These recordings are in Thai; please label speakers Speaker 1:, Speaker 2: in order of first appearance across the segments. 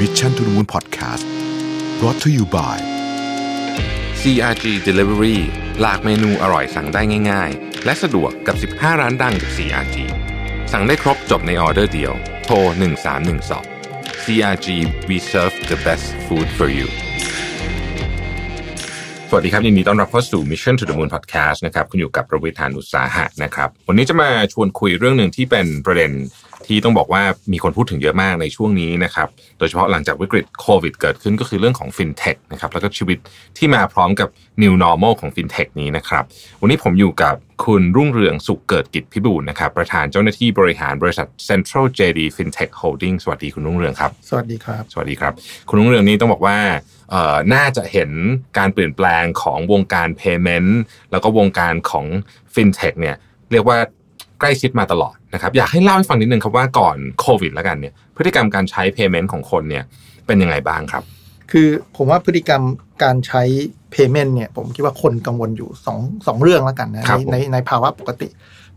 Speaker 1: มิชชั่นทุ h มูลพอดแคสต์ brought to you by
Speaker 2: CRG Delivery หลากเมนูอร่อยสั่งได้ง่าย ๆ และสะดวกกับ 15 ร้านดังจาก CRG สั่งได้ครบจบในออเดอร์เดียว โทร 1312 CRG we serve the best food for you สวัสดีครับยินดีต้อนรับเข้าสู่ Mission to the Moon Podcast นะครับคุณอยู่กับประวิธานอุตสาหะนะครับ วันนี้จะมาชวนคุยเรื่องหนึ่งที่เป็นประเด็นที่ต้องบอกว่ามีคนพูดถึงเยอะมากในช่วงนี้นะครับ โดยเฉพาะหลังจากวิกฤตโควิดเกิดขึ้นก็คือเรื่องของ FinTech นะครับแล้วก็ชีวิตที่มาพร้อมกับ New Normal ของ FinTech นี้นะครับ วันนี้ผมอยู่กับคุณรุ่งเรืองสุขเกิดกิจพิบูลนะครับประธานเจ้าหน้าที่บริหารบริษัท Central JD FinTech Holding สวัสดีคุณรุ่งเรืองครับ
Speaker 3: สวัสดีครับ
Speaker 2: สวัสดีครับ คุณรุ่งเรืองนี่ต้องบอกว่าเอ่อน่าจะเห็นการเปลี่ยนแปลงของวงการ Payment แล้วก็วงการของ FinTech เนี่ยเรียกว่าใกล้ชิดมาตลอดนะครับ อยากให้เล่าให้ฟังนิดนึงครับว่าก่อนโควิดแล้วกันเนี่ยพฤติกรรมการใช้ Payment ของคนเนี่ยเป็นยังไงบ้างครับ
Speaker 3: คือผมว่าพฤติกรรมการใช้ Payment เนี่ย ผมคิดว่าคนกังวลอยู่สองสองเรื่องแล้วกันนะครับ ใน
Speaker 2: ผม
Speaker 3: ในในภาวะปกติ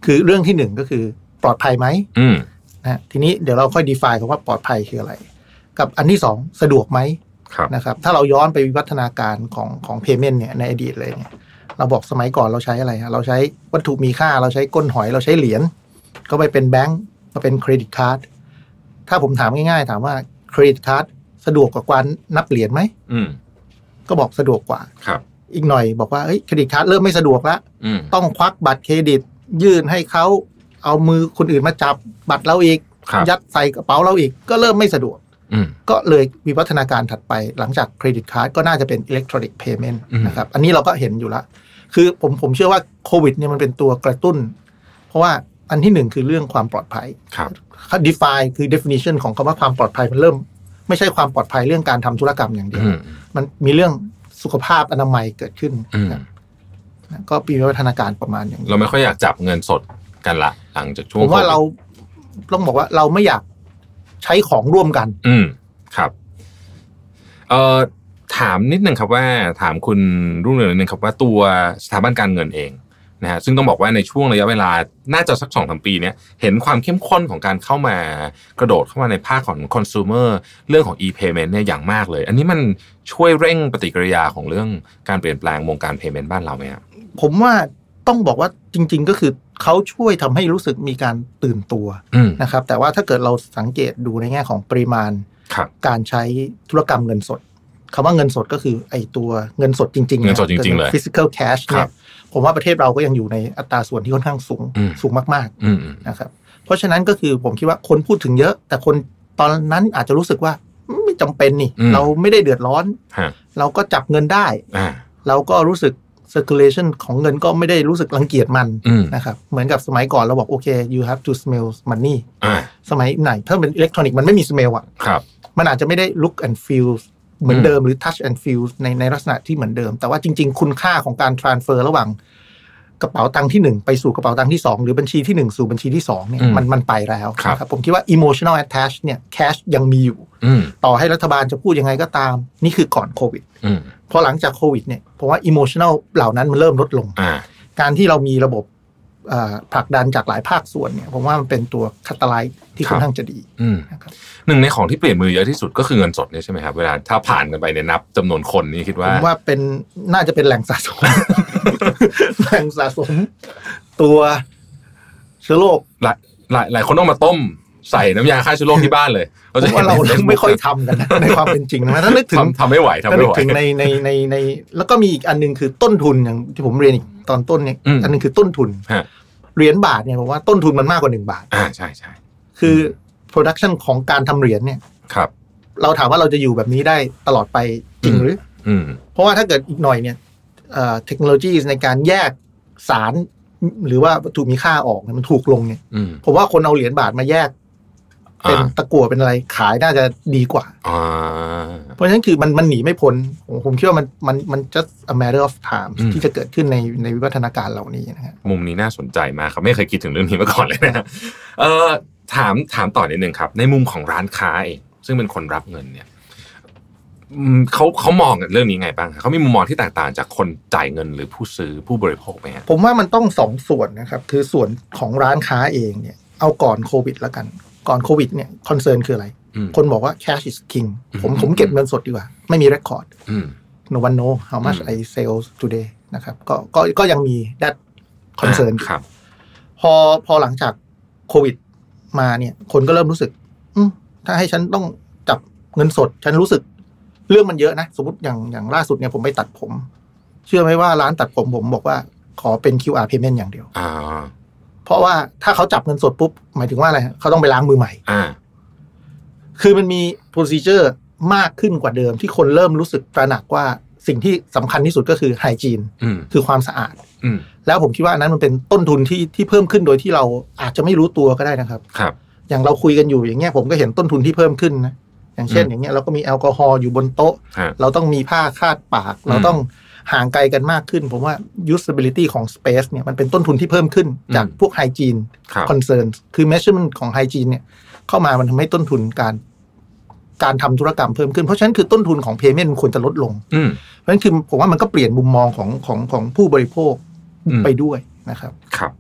Speaker 3: คือเรื่องที่หนึ่งก็คือปลอดภัยไหม
Speaker 2: อืม
Speaker 3: นะฮะทีนี้เดี๋ยวเราค่อย define คำว่าปลอดภัยคืออะไร กับอันที่สองสะดวกไหม
Speaker 2: ครับ
Speaker 3: นะครับ ถ้าเราย้อนไปวิวัฒนาการของของ Payment เนี่ยในอดีตเลยเนี่ยเราบอกสมัยก่อนเราใช้อะไรฮะเราใช้วัตถุมีค่าเราใช้ก้นหอยเราใช้เหรียญก็ไปเป็นแบงก์มาเป็นเครดิตการ์ดถ้าผมถามง่ายๆ ถามว่าเครดิตการ์ดสะดวกกว่าการนับเหรียญไหม
Speaker 2: อืม
Speaker 3: ก็บอกสะดวกกว่า
Speaker 2: ครับ
Speaker 3: อีกหน่อยบอกว่าเอ้ยเครดิตการ์ดเริ่มไม่สะดวกละ
Speaker 2: อืม
Speaker 3: ต้องควักบัตรเครดิต ยื่นให้เขาเอามือคนอื่นมาจับบัตรเราอีก
Speaker 2: ครับ
Speaker 3: ยัดใส่กระเป๋าเราอีก ก็เริ่มไม่สะดวก
Speaker 2: อืม
Speaker 3: ก็เลยวิวัฒนาการถัดไปหลังจากเครดิตการ์ดก็น่าจะเป็นอิเล็กทรอนิกส์เพย์เมนต์
Speaker 2: อืม
Speaker 3: นะครับ อันนี้เราก็เห็นอยู่ละ คือผมผมเชื่อว่าโควิดเนี่ยมันเป็นตัวกระตุ้น เพราะว่าอันที่หนึ่งคือเรื่องความปลอดภัย
Speaker 2: ครับ
Speaker 3: ครับ define คือ definition ของคำว่าความปลอดภัยมันเริ่ม ไม่ใช่ความปลอดภัยเรื่องการทำธุรกรรมอย่างเดียว
Speaker 2: อืม
Speaker 3: มันมีเรื่องสุขภาพอนามัยเกิดขึ้น
Speaker 2: อืม
Speaker 3: นะก็ปีวิวัฒนาการประมาณอย่างนี้
Speaker 2: เราไม่ค่อยอยากจับเงินสดกันละ หลังจากช่วง
Speaker 3: ผมว่า
Speaker 2: โคด
Speaker 3: เราต้องบอกว่าเราไม่อยากใช้ของร่วมกัน
Speaker 2: อืมครับเอ่อถามนิดนึงครับว่า ถามคุณรุ่งเรืองนิดนึงครับว่าตัวสถาบันการเงินเองนะฮะซึ่งต้องบอกว่าในช่วงระยะเวลาน่าจะสักสองสามปีเนี้ยเห็นความเข้มข้นของการเข้ามากระโดดเข้ามาในภาคของคอน sumer เรื่องของ e-payment เนี่ยอย่างมากเลย อันนี้มันช่วยเร่งปฏิกิริยาของเรื่องการเปลี่ยนแปลงวงการ payment บ้านเราไหมครับ
Speaker 3: ผมว่าต้องบอกว่าจริง ๆ ก็คือเขาช่วยทำให้รู้สึกมีการตื่นตัว
Speaker 2: อืม
Speaker 3: นะครับ แต่ว่าถ้าเกิดเราสังเกตดูในแง่ของปริมาณ
Speaker 2: ครับ
Speaker 3: การใช้ธุรกรรมเงินสดคำว่าเงินสดก็คือไอตัวเงินสดจริงๆ
Speaker 2: เงินสดจริงๆเลย
Speaker 3: physical cash
Speaker 2: ค
Speaker 3: เนี่
Speaker 2: รั
Speaker 3: ย
Speaker 2: บ
Speaker 3: ผมว่าประเทศเราก็ยังอยู่ในอัตราส่วนที่ค่อนข้างสูง
Speaker 2: อืม
Speaker 3: สูงมากๆ
Speaker 2: อืมอืม
Speaker 3: นะครับเพราะฉะนั้นก็คือผมคิดว่าคนพูดถึงเยอะ แต่คนตอนนั้นอาจจะรู้สึกว่าอืมไม่จำเป็นนี่ เราไม่ได้เดือดร้อน
Speaker 2: ฮะ
Speaker 3: เราก็จับเงินได้
Speaker 2: อ่า
Speaker 3: เราก็รู้สึก circulation ของเงินก็ไม่ได้รู้สึกรังเกียจมัน
Speaker 2: อืม
Speaker 3: นะครับเหมือนกับสมัยก่อนเราบอกโอเค you have to smell money
Speaker 2: อ่า
Speaker 3: สมัยไหนถ้าเป็นอิเล็กทรอนิกส์มันไม่มี smell อ่ะ
Speaker 2: ครับ
Speaker 3: มันอาจจะไม่ได้ look and feel เหมือน
Speaker 2: อืม
Speaker 3: เดิมหรือ touch and feel ในในลักษณะที่เหมือนเดิม แต่ว่าจริง ๆ คุณค่าของการ transfer ระหว่างกระเป๋าตังค์ที่หนึ่งไปสู่กระเป๋าตังค์ที่สองหรือบัญชีที่หนึ่งสู่บัญชีที่สองเนี่ย
Speaker 2: อืม
Speaker 3: มันมันไปแล้ว
Speaker 2: ครับ
Speaker 3: นะผมคิดว่า emotional attach เนี่ย cash ยังมีอยู่
Speaker 2: อืม
Speaker 3: ต่อให้รัฐบาลจะพูดยังไงก็ตาม นี่คือก่อนโควิด
Speaker 2: อืม
Speaker 3: พอหลังจากโควิดเนี่ยผมว่า emotional เหล่านั้นมันเริ่มลดลง
Speaker 2: อ่า
Speaker 3: การที่เรามีระบบเอ่อผลักดันจากหลายภาคส่วนเนี่ยผมว่ามันเป็นตัวคัตไลท์ที่
Speaker 2: ครับ
Speaker 3: ค่อนข้างจะดี
Speaker 2: อืม
Speaker 3: นะครับ
Speaker 2: หนึ่งในของที่เปลี่ยนมือเยอะที่สุดก็คือเงินสดเนี่ยใช่ไหมครับเวลาถ้าผ่านกันไปเนี่ยนับจำนวนคนนี่คิดว่า
Speaker 3: ผมว่าเป็นน่าจะเป็นแหล่งสะสม แหล่งสะสม ตัวเชื้อโร ค
Speaker 2: หลายหลายหลายคนต้องมาต้มใส่น้ำยาฆ่าเชื้อโรคที่บ้านเลย
Speaker 3: ผมว่าเราไม่ค่อยทำกันนะ ในความเป็นจริงนะถ้านึกถึง
Speaker 2: ทำทำไม่ไหวทำ
Speaker 3: ถ้า
Speaker 2: ไม่
Speaker 3: นึ
Speaker 2: ไห
Speaker 3: ก
Speaker 2: ว
Speaker 3: ถึงในในในในแล้วก็มีอีกอันหนึงคือต้นทุนอย่างที่ผมเรียนอีกตอนต้นเนี่ย
Speaker 2: อืม
Speaker 3: อันหนึงคือต้นทุน
Speaker 2: ฮะ
Speaker 3: เหรียญบาทเนี่ยผมว่าต้นทุนมันมากกว่าหนึ่งบาท
Speaker 2: อ่าใช่ใช่
Speaker 3: คือ production ของการทำเหรียญเนี่ย
Speaker 2: ครับ
Speaker 3: เราถามว่าเราจะอยู่แบบนี้ได้ตลอดไปจริง
Speaker 2: อืม
Speaker 3: หรือ
Speaker 2: อืม
Speaker 3: เพราะว่าถ้าเกิดอีกหน่อยเนี่ยเทคโนโลยีในการแยกสารหรือว่าวัตถุมีค่าออกเนี่ยมันถูกลงเนี่ย
Speaker 2: อืม
Speaker 3: ผมว่าคนเอาเหรียญบาทมาแยก เป็น
Speaker 2: อ่า
Speaker 3: ตะกั่วเป็นอะไรขายน่าจะดีกว่า
Speaker 2: อ่า
Speaker 3: เพราะฉะนั้นคือมันมันหนีไม่พ้นผมผมคิดว่ามันมันมัน just a matter of time
Speaker 2: อืม
Speaker 3: ที่จะเกิดขึ้นในในวิวัฒนาการเหล่านี้นะฮะ
Speaker 2: มุมนี้น่าสนใจมากครับไม่เคยคิดถึงเรื่องนี้มาก่อนเลยนะเอ่อถามถามต่อนิดนึงครับ ในมุมของร้านค้าเองซึ่งเป็นคนรับเงินเนี่ยอืมเขาเขามองเรื่องนี้ไงบ้างครับเขามีมุมมองที่แตกต่างจากคนจ่ายเงินหรือผู้ซื้อผู้บริโภคไหมฮะ
Speaker 3: ผมว่ามันต้องสองส่วนนะครับ คือส่วนของร้านค้าเองเนี่ยเอาก่อนโควิดแล้วกัน ก่อนโควิดเนี่ยคอนเซิร์นคืออะไร
Speaker 2: อืม
Speaker 3: คนบอกว่า cash is king ผม
Speaker 2: อืม
Speaker 3: ผมเก็บเงินสดดีกว่า ไม่มี record
Speaker 2: อืม
Speaker 3: no one know how much
Speaker 2: อืม
Speaker 3: I sell today นะครับก็ก็ก็ยังมี that concern
Speaker 2: าครับ
Speaker 3: พอพอหลังจากโควิดมาเนี่ย คนก็เริ่มรู้สึก อืมถ้าให้ฉันต้องจับเงินสด ฉันรู้สึกเรื่องมันเยอะนะ สมมติอย่างอย่างล่าสุดเนี่ยผมไปตัดผม เชื่อไหมว่าร้านตัดผมผมบอกว่าขอเป็น QR payment อย่างเดียว
Speaker 2: อ่า
Speaker 3: เพราะว่าถ้าเขาจับเงินสดปุ๊บ หมายถึงว่าอะไรฮะเขาต้องไปล้างมือใหม่
Speaker 2: อ่า
Speaker 3: คือมันมี procedure มากขึ้นกว่าเดิม ที่คนเริ่มรู้สึกตระหนักว่าสิ่งที่สำคัญที่สุดก็คือไฮจีน
Speaker 2: อืม
Speaker 3: คือความสะอาด
Speaker 2: อืม
Speaker 3: แล้วผมคิดว่าอันนั้นมันเป็นต้นทุนที่ที่เพิ่มขึ้นโดยที่เราอาจจะไม่รู้ตัวก็ได้นะครับ
Speaker 2: ครับ
Speaker 3: อย่างเราคุยกันอยู่อย่างเงี้ยผมก็เห็นต้นทุนที่เพิ่มขึ้นนะอย่างเช่น
Speaker 2: อืม
Speaker 3: อย่างเงี้ยเราก็มีแอลกอฮอล์อยู่บนโต๊ะ
Speaker 2: ฮะ
Speaker 3: เราต้องมีผ้าคาดปาก เราต้องห่างไกลกันมากขึ้น ผมว่า usability ของ space เนี่ยมันเป็นต้นทุนที่เพิ่มขึ้นจาก
Speaker 2: อืม
Speaker 3: พวกไฮจีน
Speaker 2: ครับ
Speaker 3: concerns คือ measurement ของ hygiene เนี่ย เข้ามามันทำให้ต้นทุนการ การทำธุรกรรมเพิ่มขึ้น เพราะฉะนั้นคือต้นทุนของ payment มันควรจะลดลง
Speaker 2: อืม
Speaker 3: เพราะฉะนั้นคือผมว่ามันก็เปลี่ยนมุมมองของของของผู้บริโภค
Speaker 2: อืม
Speaker 3: ไปด้วยนะครับ
Speaker 2: ครับ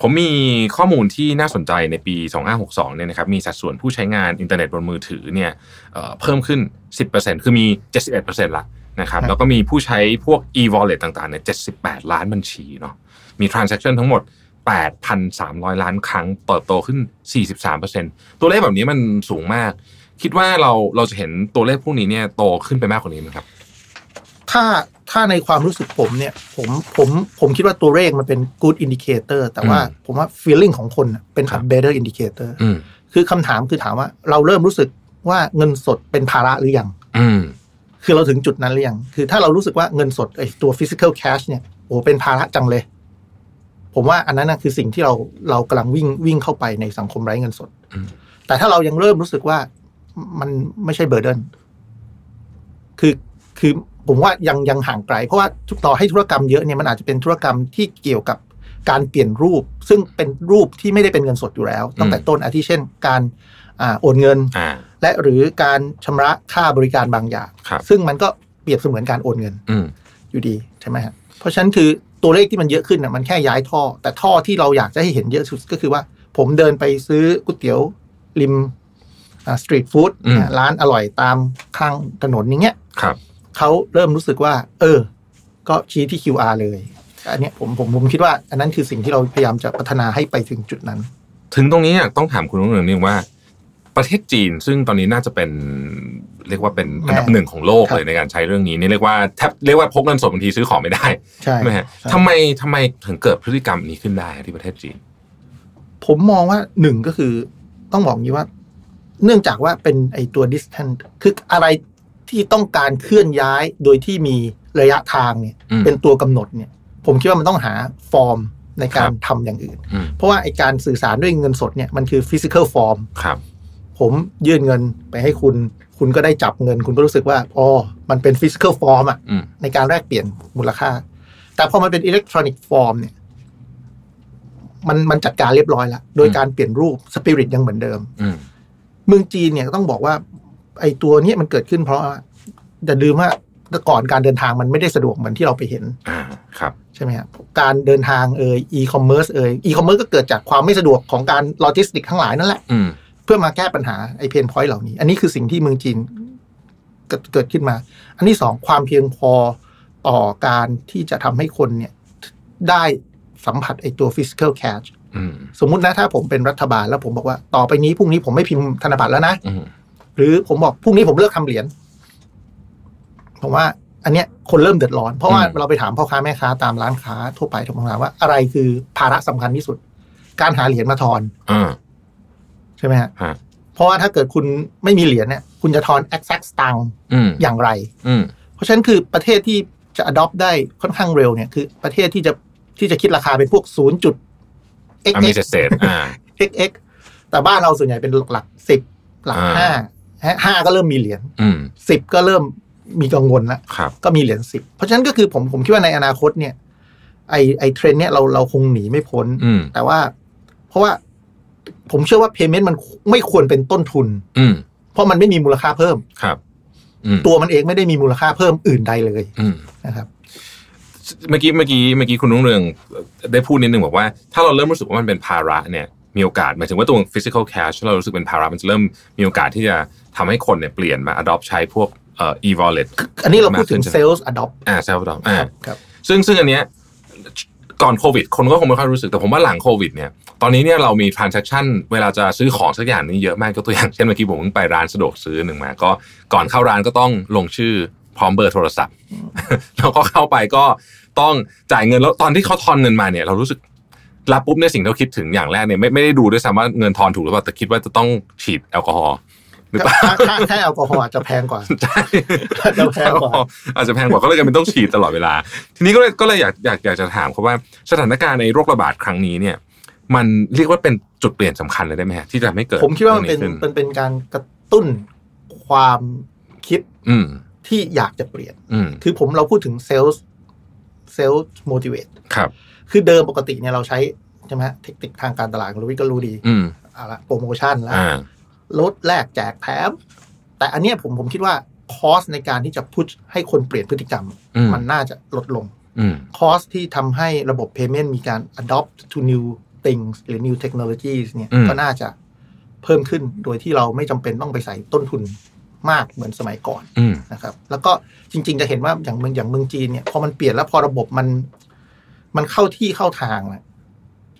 Speaker 2: ผมมีข้อมูลที่น่าสนใจในปี 2562 เนี่ยนะครับ มีสัดส่วนผู้ใช้งานอินเทอร์เน็ตบนมือถือเนี่ยเอ่อเพิ่มขึ้น 10%คือมี 71%ละนะครับ
Speaker 3: ครับ
Speaker 2: แล้วก็มีผู้ใช้พวก e-wallet ต่างๆ เนี่ย 78 ล้านบัญชีเนาะ มี transaction ทั้งหมด 8,300 ล้านครั้งเติบโตขึ้น 43%ตัวเลขแบบนี้มันสูงมาก คิดว่าเราเราจะเห็นตัวเลขพวกนี้เนี่ยโตขึ้นไปมากกว่านี้ไหมครับ
Speaker 3: ถ้าถ้าในความรู้สึกผมเนี่ย ผมผมผมคิดว่าตัวเลขมันเป็น good indicator แต่ว่า
Speaker 2: อืม
Speaker 3: ผมว่า feeling ของคนน่ะเป็น
Speaker 2: ครับ
Speaker 3: a better indicator
Speaker 2: อืม
Speaker 3: คือคำถามคือถามว่าเราเริ่มรู้สึกว่าเงินสดเป็นภาระหรือยัง
Speaker 2: อืม
Speaker 3: คือเราถึงจุดนั้นหรือยัง คือถ้าเรารู้สึกว่าเงินสดไอ้ตัว physical cash เนี่ย โอ้เป็นภาระจังเลย ผมว่าอันนั้นนะคือสิ่งที่เราเรากำลังวิ่งวิ่งเข้าไปในสังคมไร้เงินสด
Speaker 2: อืม
Speaker 3: แต่ถ้าเรายังเริ่มรู้สึกว่ามันไม่ใช่เบอร์เดนคือคือผมว่ายังยังห่างไกล เพราะว่าทุกต่อให้ธุรกรรมเยอะเนี่ยมันอาจจะเป็นธุรกรรมที่เกี่ยวกับการเปลี่ยนรูป ซึ่งเป็นรูปที่ไม่ได้เป็นเงินสดอยู่แล้ว ตั้งแต่ต้นอาทิเช่น การอ่าโอนเงิน
Speaker 2: อ่า
Speaker 3: และหรือการชำระค่าบริการบางอย่าง
Speaker 2: ครับ
Speaker 3: ซึ่งมันก็เปรียบเสมือนการโอนเงิน
Speaker 2: อืม
Speaker 3: อยู่ดีใช่ไหมฮะเพราะฉะนั้นคือตัวเลขที่มันเยอะขึ้นน่ะมันแค่ย้ายท่อ แต่ท่อที่เราอยากจะให้เห็นเยอะสุดก็คือว่า ผมเดินไปซื้อก๋วยเตี๋ยวริมสตรีทฟู้ด
Speaker 2: อืม
Speaker 3: ร้านอร่อยตามข้างถนนอย่างเงี้ย
Speaker 2: ครับ
Speaker 3: เขาเริ่มรู้สึกว่า เออ ก็ชี้ที่ QR เลยอันเนี้ยผมผมผมคิดว่า อันนั้นคือสิ่งที่เราพยายามจะพัฒนาให้ไปถึงจุดนั้น
Speaker 2: ถึงตรงนี้เนี่ยต้องถามคุณรุ่งเรืองนิดนึงว่า ประเทศจีนซึ่งตอนนี้น่าจะเป็นเรียกว่าเป็นอันดับ
Speaker 3: แม่
Speaker 2: หนึ่งของโลก
Speaker 3: ครับ
Speaker 2: เลยในการใช้เรื่องนี้นี่เรียกว่าแทบเรียกว่าพกเงินสดบางทีซื้อของไม่ได้
Speaker 3: ใช่
Speaker 2: ใช่ไหมฮะ
Speaker 3: ใช่
Speaker 2: ทำไมทำไมถึงเกิดพฤติกรรมนี้ขึ้นได้ที่ประเทศจีน
Speaker 3: ผมมองว่าหนึ่งก็คือต้องบอกอย่างนี้ว่า เนื่องจากว่าเป็นไอตัว distance คืออะไรที่ต้องการเคลื่อนย้ายโดยที่มีระยะทางเนี่ย
Speaker 2: อืม
Speaker 3: เป็นตัวกำหนดเนี่ย ผมคิดว่ามันต้องหาฟอร์มในการทำอย่างอื่น
Speaker 2: อืม
Speaker 3: เพราะว่าไอการสื่อสารด้วยเงินสดเนี่ยมันคือ physical form
Speaker 2: ครับ
Speaker 3: ผมยื่นเงินไปให้คุณ คุณก็ได้จับเงิน คุณก็รู้สึกว่าอ๋อมันเป็น physical form อะ
Speaker 2: อืม
Speaker 3: ในการแลกเปลี่ยนมูลค่า แต่พอมันเป็น electronic form เนี่ย มันมันจัดการเรียบร้อยแล้ว โดยการเปลี่ยนรูปสปิริตยังเหมือนเดิม
Speaker 2: อืม
Speaker 3: เมืองจีนเนี่ยต้องบอกว่า ไอ้ตัวเนี้ยมันเกิดขึ้นเพราะจะลืมว่าแต่ก่อนการเดินทางมันไม่ได้สะดวกเหมือนที่เราไปเห็น
Speaker 2: อ่าครับ
Speaker 3: ใช่ไหมครับการเดินทางเอ่ยอีคอมเมิร์ซเอ่ยอีคอมเมิร์ซก็เกิดจากความไม่สะดวกของการโลจิสติกทั้งหลายนั่นแหละ
Speaker 2: อืม
Speaker 3: เพื่อมาแก้ปัญหาไอ้เพนพอยต์เหล่านี้ อันนี้คือสิ่งที่เมืองจีนเกิดเกิดขึ้นมา อันที่สองความเพียงพอต่อการที่จะทำให้คนเนี่ยได้สัมผัสไอ้ตัว physical cash
Speaker 2: อืม
Speaker 3: สมมุตินะถ้าผมเป็นรัฐบาลแล้วผมบอกว่าต่อไปนี้พรุ่งนี้ผมไม่พิมพ์ธนบัตรแล้วนะ
Speaker 2: อืม
Speaker 3: หรือผมบอกพรุ่งนี้ผมเลิกทำเหรียญผมว่า อันเนี้ยคนเริ่มเดือดร้อน เพราะว่าเราไปถามพ่อค้าแม่ค้าตามร้านค้าทั่วไปผมถามว่าอะไรคือภาระสำคัญที่สุด การหาเหรียญมาทอน
Speaker 2: อ่า
Speaker 3: ใช่ไหมฮะ
Speaker 2: ฮะ
Speaker 3: เพราะว่าถ้าเกิดคุณไม่มีเหรียญเนี่ย คุณจะทอน exact ตังค์
Speaker 2: อืม
Speaker 3: อย่างไร
Speaker 2: อืม
Speaker 3: เพราะฉะนั้นคือประเทศที่จะ adopt ได้ค่อนข้างเร็วเนี่ย คือประเทศที่จะที่จะคิดราคาเป็นพวก0ูนย์จุด x
Speaker 2: อ่ะมี
Speaker 3: x
Speaker 2: เศษเศษอ่า
Speaker 3: x x แต่บ้านเราส่วนใหญ่เป็นหลักสิบหลัก
Speaker 2: อ่า
Speaker 3: ห้าฮะห้าก็เริ่มมีเหรียญ
Speaker 2: อืม
Speaker 3: สิบก็เริ่มมีกังวลแล้ว
Speaker 2: ครับ
Speaker 3: ก็มีเหรียญสิบเพราะฉะนั้นก็คือผมผมคิดว่าในอนาคตเนี่ย ไอไอเทรนด์เนี่ยเราเราคงหนีไม่พ้น
Speaker 2: อืม
Speaker 3: แต่ว่า เพราะว่าผมเชื่อว่า payment มันไม่ควรเป็นต้นทุน
Speaker 2: อืม
Speaker 3: เพราะมันไม่มีมูลค่าเพิ่ม
Speaker 2: ครับอืม
Speaker 3: ตัวมันเองไม่ได้มีมูลค่าเพิ่มอื่นใดเลย
Speaker 2: อืม
Speaker 3: นะครับ
Speaker 2: เมื่อกี้เมื่อกี้เมื่อกี้คุณรุ่งเรืองได้พูดนิดนึงบอกว่าถ้าเราเริ่มรู้สึกว่ามันเป็นภาระเนี่ย มีโอกาสหมายถึงว่าตัว physical cash ที่เรารู้สึกเป็นภาระมันจะเริ่มมีโอกาสที่จะทำให้คนเนี่ยเปลี่ยนมา adopt ใช้พวกเอ่อ e wallet
Speaker 3: อันนี้เราพูดถึง
Speaker 2: มกขึ้น
Speaker 3: เซ
Speaker 2: ใช่ไหม
Speaker 3: ลล์อดอป
Speaker 2: อ่า self adopt อ่า
Speaker 3: ครับ
Speaker 2: ซึ่งซึ่งอันเนี้ยก่อนโควิด คนก็คงไม่ค่อยรู้สึกแต่ผมว่าหลังโควิดเนี่ยตอนนี้เนี่ยเรามี transaction เวลาจะซื้อของสักอย่างนี่เยอะมากยกตัวอย่าง เช่นเมื่อกี้ผมเพิ่งไปร้านสะดวกซื้อหนึ่งมา ก็ก่อนเข้าร้านก็ต้องลงชื่อพร้อมเบอร์โทรศัพท์ แล้วก็เข้าไปก็ต้องจ่ายเงินแล้วตอนที่เขาทอนเงินมาเนี่ยเรารู้สึกรับปุ๊บเนี่ยสิ่งที่เราคิดถึงอย่างแรกเนี่ยไม่ไม่ได้ดูด้วยซ้ำว่าเงินทอนถูกหรือเปล่าแต่คิดว่าจะต้องฉีดแอลกอฮอล์หรือเปล่า
Speaker 3: ถ้าถ้าถ้าแอลกอฮอล์อาจจะแพงก ว่า
Speaker 2: ใช่
Speaker 3: อาจจะแพงกว่า
Speaker 2: อาจจะแพงกว่าก็เลยกันเป็นต้องฉีดตลอดเวลา ทีนี้ก็เลยก็เลยอยากอยากอยากจะถามเขาว่าสถานการณ์ในโรคระบาดครั้งนี้เนี่ย มันเรียกว่าเป็นจุดเปลี่ยนสำคัญเลยได้ไหมฮะที่จะทำให้เกิด
Speaker 3: ผมคิดว่ามันเป็น
Speaker 2: รื่องขึ้
Speaker 3: มันเป็นการกระตุ้นความคิด
Speaker 2: อืม
Speaker 3: ที่อยากจะเปลี่ยน
Speaker 2: อืม
Speaker 3: คือผมเราพูดถึงเซลล์เซลล์โมดิเวต
Speaker 2: ครับ
Speaker 3: คือเดิมปกติเนี่ยเราใช้ใช่ไหมฮะเทคนิคทางการตลาดของเราวิทย์ก็รู้ดี
Speaker 2: อืม
Speaker 3: เอาละโปรโมชั่นแล้ว
Speaker 2: อ่า
Speaker 3: ลดแลกแจกแถม แต่อันเนี้ยผมผมคิดว่าคอสในการที่จะพุชให้คนเปลี่ยนพฤติกรรม
Speaker 2: อืม
Speaker 3: มันน่าจะลดลง
Speaker 2: อืม
Speaker 3: คอสที่ทำให้ระบบ Payment มีการ adopt to new things หรือ new technologies เนี่ย
Speaker 2: อืม
Speaker 3: ก็น่าจะเพิ่มขึ้นโดยที่เราไม่จำเป็นต้องไปใส่ต้นทุนมากเหมือนสมัยก่อน
Speaker 2: อืม
Speaker 3: นะครับ แล้วก็จริง ๆ จะเห็นว่าอย่างเมืองอย่างเมืองจีนเนี่ยพอมันเปลี่ยนแล้วพอระบบมันมันเข้าที่เข้าทางอะ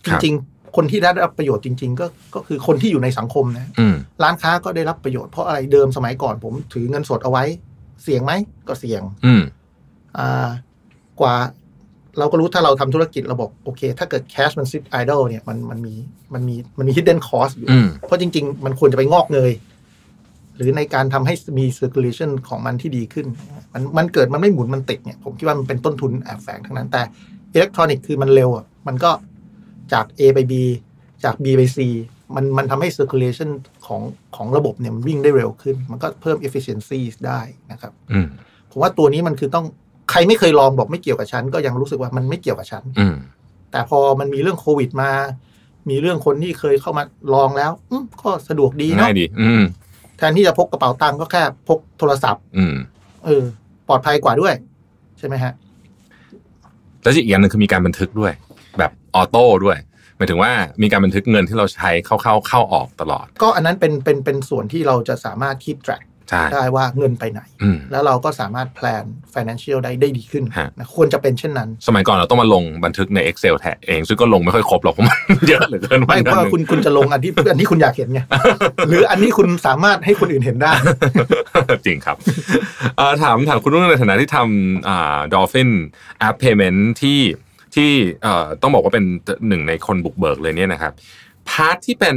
Speaker 3: จริง ๆ คนที่ได้รับประโยชน์จริง ๆ ก็ก็คือคนที่อยู่ในสังคมนะ
Speaker 2: อืม
Speaker 3: ร้านค้าก็ได้รับประโยชน์เพราะอะไรเดิมสมัยก่อน ผมถือเงินสดเอาไว้ เสี่ยงไหมก็เสี่ยง
Speaker 2: อืม
Speaker 3: อ่ากว่าเราก็รู้ถ้าเราทำธุรกิจเราบอกโอเค ถ้าเกิด cash มัน sit idle เนี่ยมันมันมีมันมีมันมี hidden cost อยู่
Speaker 2: อืม
Speaker 3: เพราะจริง ๆ มันควรจะไปงอกเงย หรือในการทำให้มี circulation ของมันที่ดีขึ้น มันมันเกิดมันไม่หมุนมันติดเนี่ย ผมคิดว่ามันเป็นต้นทุนแอบแฝงทั้งนั้นแต่อิเล็กทรอนิกส์คือมันเร็วอ่ะมันก็จาก A ไป B จาก B ไป C มันมันทำให้ circulation ของของระบบเนี่ยมันวิ่งได้เร็วขึ้น มันก็เพิ่ม efficiency ได้นะครับ
Speaker 2: อืม
Speaker 3: ผมว่าตัวนี้มันคือต้องใครไม่เคยลองบอกไม่เกี่ยวกับฉัน ก็ยังรู้สึกว่ามันไม่เกี่ยวกับฉัน
Speaker 2: อืม
Speaker 3: แต่พอมันมีเรื่องโควิดมา มีเรื่องคนที่เคยเข้ามาลองแล้วอืมก็สะดวกดีเนาะ
Speaker 2: ง่ายดี อืม
Speaker 3: แทนที่จะพกกระเป๋าตังค์ก็แค่พกโทรศัพท์
Speaker 2: อืม
Speaker 3: เออปลอดภัยกว่าด้วย ใช่ไหมฮะ
Speaker 2: แล้วอีกอย่างหนึ่งคือมีการบันทึกด้วย แบบออโต้ด้วยหมายถึงว่ามีการบันทึกเงินที่เราใช้เข้าเข้าๆเข้าออกตลอด
Speaker 3: ก็อันนั้นเป็นเป็นเป็นส่วนที่เราจะสามารถ keep track
Speaker 2: ใช่
Speaker 3: ได้ว่าเงินไปไหน
Speaker 2: อืม
Speaker 3: แล้วเราก็สามารถ plan financial ได้ได้ดีขึ้น
Speaker 2: ฮะ
Speaker 3: นะควรจะเป็นเช่นนั้น
Speaker 2: สมัยก่อนเราต้องมาลงบันทึกใน Excel แทนเอง ซึ่งก็ลงไม่ค่อยครบหรอกเพราะมัน เยอะเหลือเกิน
Speaker 3: ไม่เพราะว่าคุณคุณจะลงอันที่อันที่คุณอยากเห็นไง หรืออันนี้คุณสามารถให้คนอื่นเห็นได้
Speaker 2: จริงครับเอ่อถามถามคุณนุ่นในฐานะที่ทำดอลฟินแอปเพย์เมนที่ที่เอ่อต้องบอกว่าเป็นหนึ่งในคนบุกเบิกเลยเนี่ยนะครับพาร์ทที่เป็น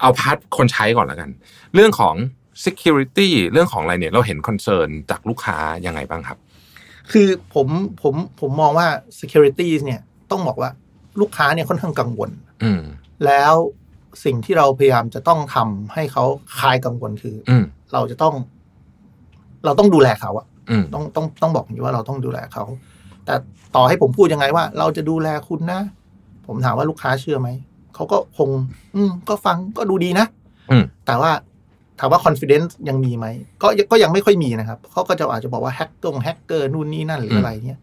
Speaker 2: เอาพาร์ทคนใช้ก่อนแล้วกัน เรื่องของ Security เรื่องของอะไรเนี่ยเราเห็นคอนเซิร์นจากลูกค้ายังไงบ้างครับ
Speaker 3: คือผมผมผมมองว่า security เนี่ยต้องบอกว่าลูกค้าเนี่ยค่อนข้างกังวล
Speaker 2: อืม
Speaker 3: แล้วสิ่งที่เราพยายามจะต้องทำให้เขาคลายกังวลคือ
Speaker 2: อืม
Speaker 3: เราจะต้อง เราต้องดูแลเขาอะ
Speaker 2: อืม
Speaker 3: ต้องต้องต้องบอกอย่างนี้ว่าเราต้องดูแลเขา แต่ต่อให้ผมพูดยังไงว่า เราจะดูแลคุณนะ ผมถามว่าลูกค้าเชื่อไหม เขาก็คง อืม ก็ฟังก็ดูดีนะ
Speaker 2: อืม
Speaker 3: แต่ว่าถามว่า confidence ยังมีไหมก็ก็ยังไม่ค่อยมีนะครับเขาก็จะอาจจะบอกว่าแฮกเกอร์แฮกเกอร์นู่นนี่นั่นหรืออะไรเนี่ย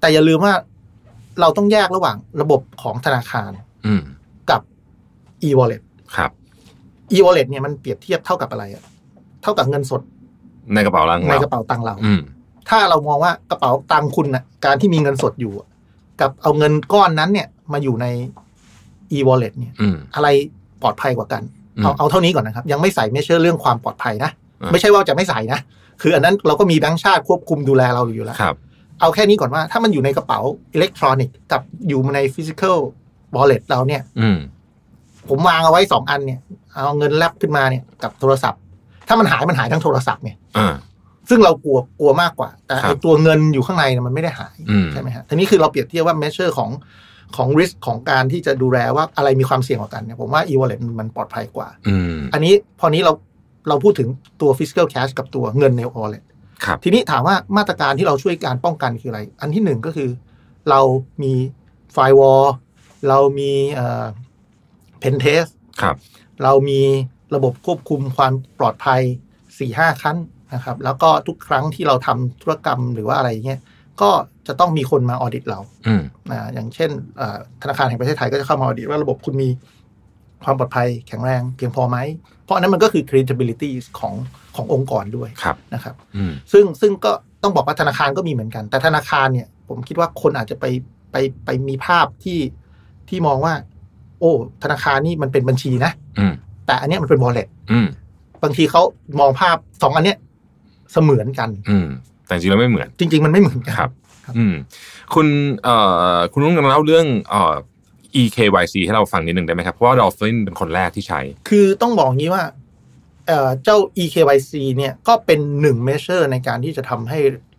Speaker 3: แต่อย่าลืมว่าเราต้องแยกระหว่างระบบของธนาคาร
Speaker 2: อืม
Speaker 3: กับ e-wallet
Speaker 2: ครับ
Speaker 3: e-wallet เนี่ยมันเปรียบเทียบเท่ากับอะไรอะเท่ากับเงินสด
Speaker 2: ในกระเป๋าลัง
Speaker 3: ใน
Speaker 2: เรา
Speaker 3: กระเป๋าตังค์เรา
Speaker 2: อืม
Speaker 3: ถ้าเรามองว่ากระเป๋าตังค์คุณนะการที่มีเงินสดอยู่อะกับเอาเงินก้อนนั้นเนี่ย มาอยู่ใน e-wallet เนี่ย
Speaker 2: อืม
Speaker 3: อะไรปลอดภัยกว่ากัน
Speaker 2: อืม
Speaker 3: เอาเอาเท่านี้ก่อนนะครับ ยังไม่ใส่ไม่เชื่อเรื่องความปลอดภัยนะ
Speaker 2: อ่า
Speaker 3: ไม่ใช่ว่าจะไม่ใส่นะ คืออันนั้นเราก็มีแบงค์ชาติควบคุมดูแลเราอยู่แล้ว
Speaker 2: ครับ
Speaker 3: เอาแค่นี้ก่อนว่าถ้ามันอยู่ในกระเป๋าอิเล็กทรอนิกส์กับอยู่ในฟิสิก a l wallet เราเนี่ย
Speaker 2: อืม
Speaker 3: ผมวางเอาไว้ 2 อันเนี่ย เอาเงินแลบขึ้นมาเนี่ยกับโทรศัพท์ ถ้ามันหายมันหายทั้งโทรศัพท์เนี่ย
Speaker 2: อ่า
Speaker 3: ซึ่งเรากลัวกลัวมากกว่า แต่
Speaker 2: ครั
Speaker 3: ไอ้
Speaker 2: บ
Speaker 3: ตัวเงินอยู่ข้างในเนี่ยมันไม่ได้หาย
Speaker 2: อืม
Speaker 3: ใช่ไหมฮะทีนี้คือเราเปรียบเทียบว่า measure ของของ risk ของการที่จะดูแลว่าอะไรมีความเสี่ยงกว่ากันเนี่ยผมว่า e-wallet มันปลอดภัยกว่า
Speaker 2: อืม
Speaker 3: อันนี้พอนี้เราเราพูดถึงตัว fiscal cash กับตัวเงินใน wallet
Speaker 2: ครับ
Speaker 3: ทีนี้ถามว่ามาตรการที่เราช่วยการป้องกันคืออะไร อันที่หนึ่งก็คือ เรามี firewall เรามีเอ่อ pen test
Speaker 2: ครับ
Speaker 3: เรามีระบบควบคุมความปลอดภัย 4-5หขั้นนะครับ แล้วก็ทุกครั้งที่เราทำธุรกรรมหรือว่าอะไรเงี้ยก็จะต้องมีคนมาออดิตเรา
Speaker 2: อืม
Speaker 3: นะอย่างเช่นเอ่อธนาคารแห่งประเทศไทยก็จะเข้ามาออดิตว่าระบบคุณมี ความปลอดภัยแข็งแรงเพียงพอไหม เพราะอันนั้นมันก็คือ credibility ของขององค์กรด้วย
Speaker 2: ครับ
Speaker 3: นะครับ
Speaker 2: อืม
Speaker 3: ซึ่งซึ่งก็ต้องบอกว่าธนาคารก็มีเหมือนกัน แต่ธนาคารเนี่ย ผมคิดว่าคนอาจจะไปไปไปมีภาพที่ที่มองว่า โอ้ ธนาคารนี่มันเป็นบัญชีนะ
Speaker 2: อืม
Speaker 3: แต่อันเนี้ยมันเป็น wallet
Speaker 2: อืม
Speaker 3: บางทีเขามองภาพสองอันเนี้ยเสมือนกัน
Speaker 2: อืม แต่จริงๆแล้วไม่เหมือน
Speaker 3: จริง ๆ มันไม่เหมือนกัน
Speaker 2: ครับ
Speaker 3: ครับ
Speaker 2: อืม คุณเอ่อคุณรุ่งเล่าเรื่องเอ่อ EKYC ให้เราฟังนิดหนึ่งได้ไหมครับ เพราะว่าดอลฟินเป็นคนแรกที่ใช้
Speaker 3: คือต้องบอกงี้ว่าเอ่อเจ้า eKYC เนี่ยก็เป็นหนึ่ง measure ในการที่จะทำให้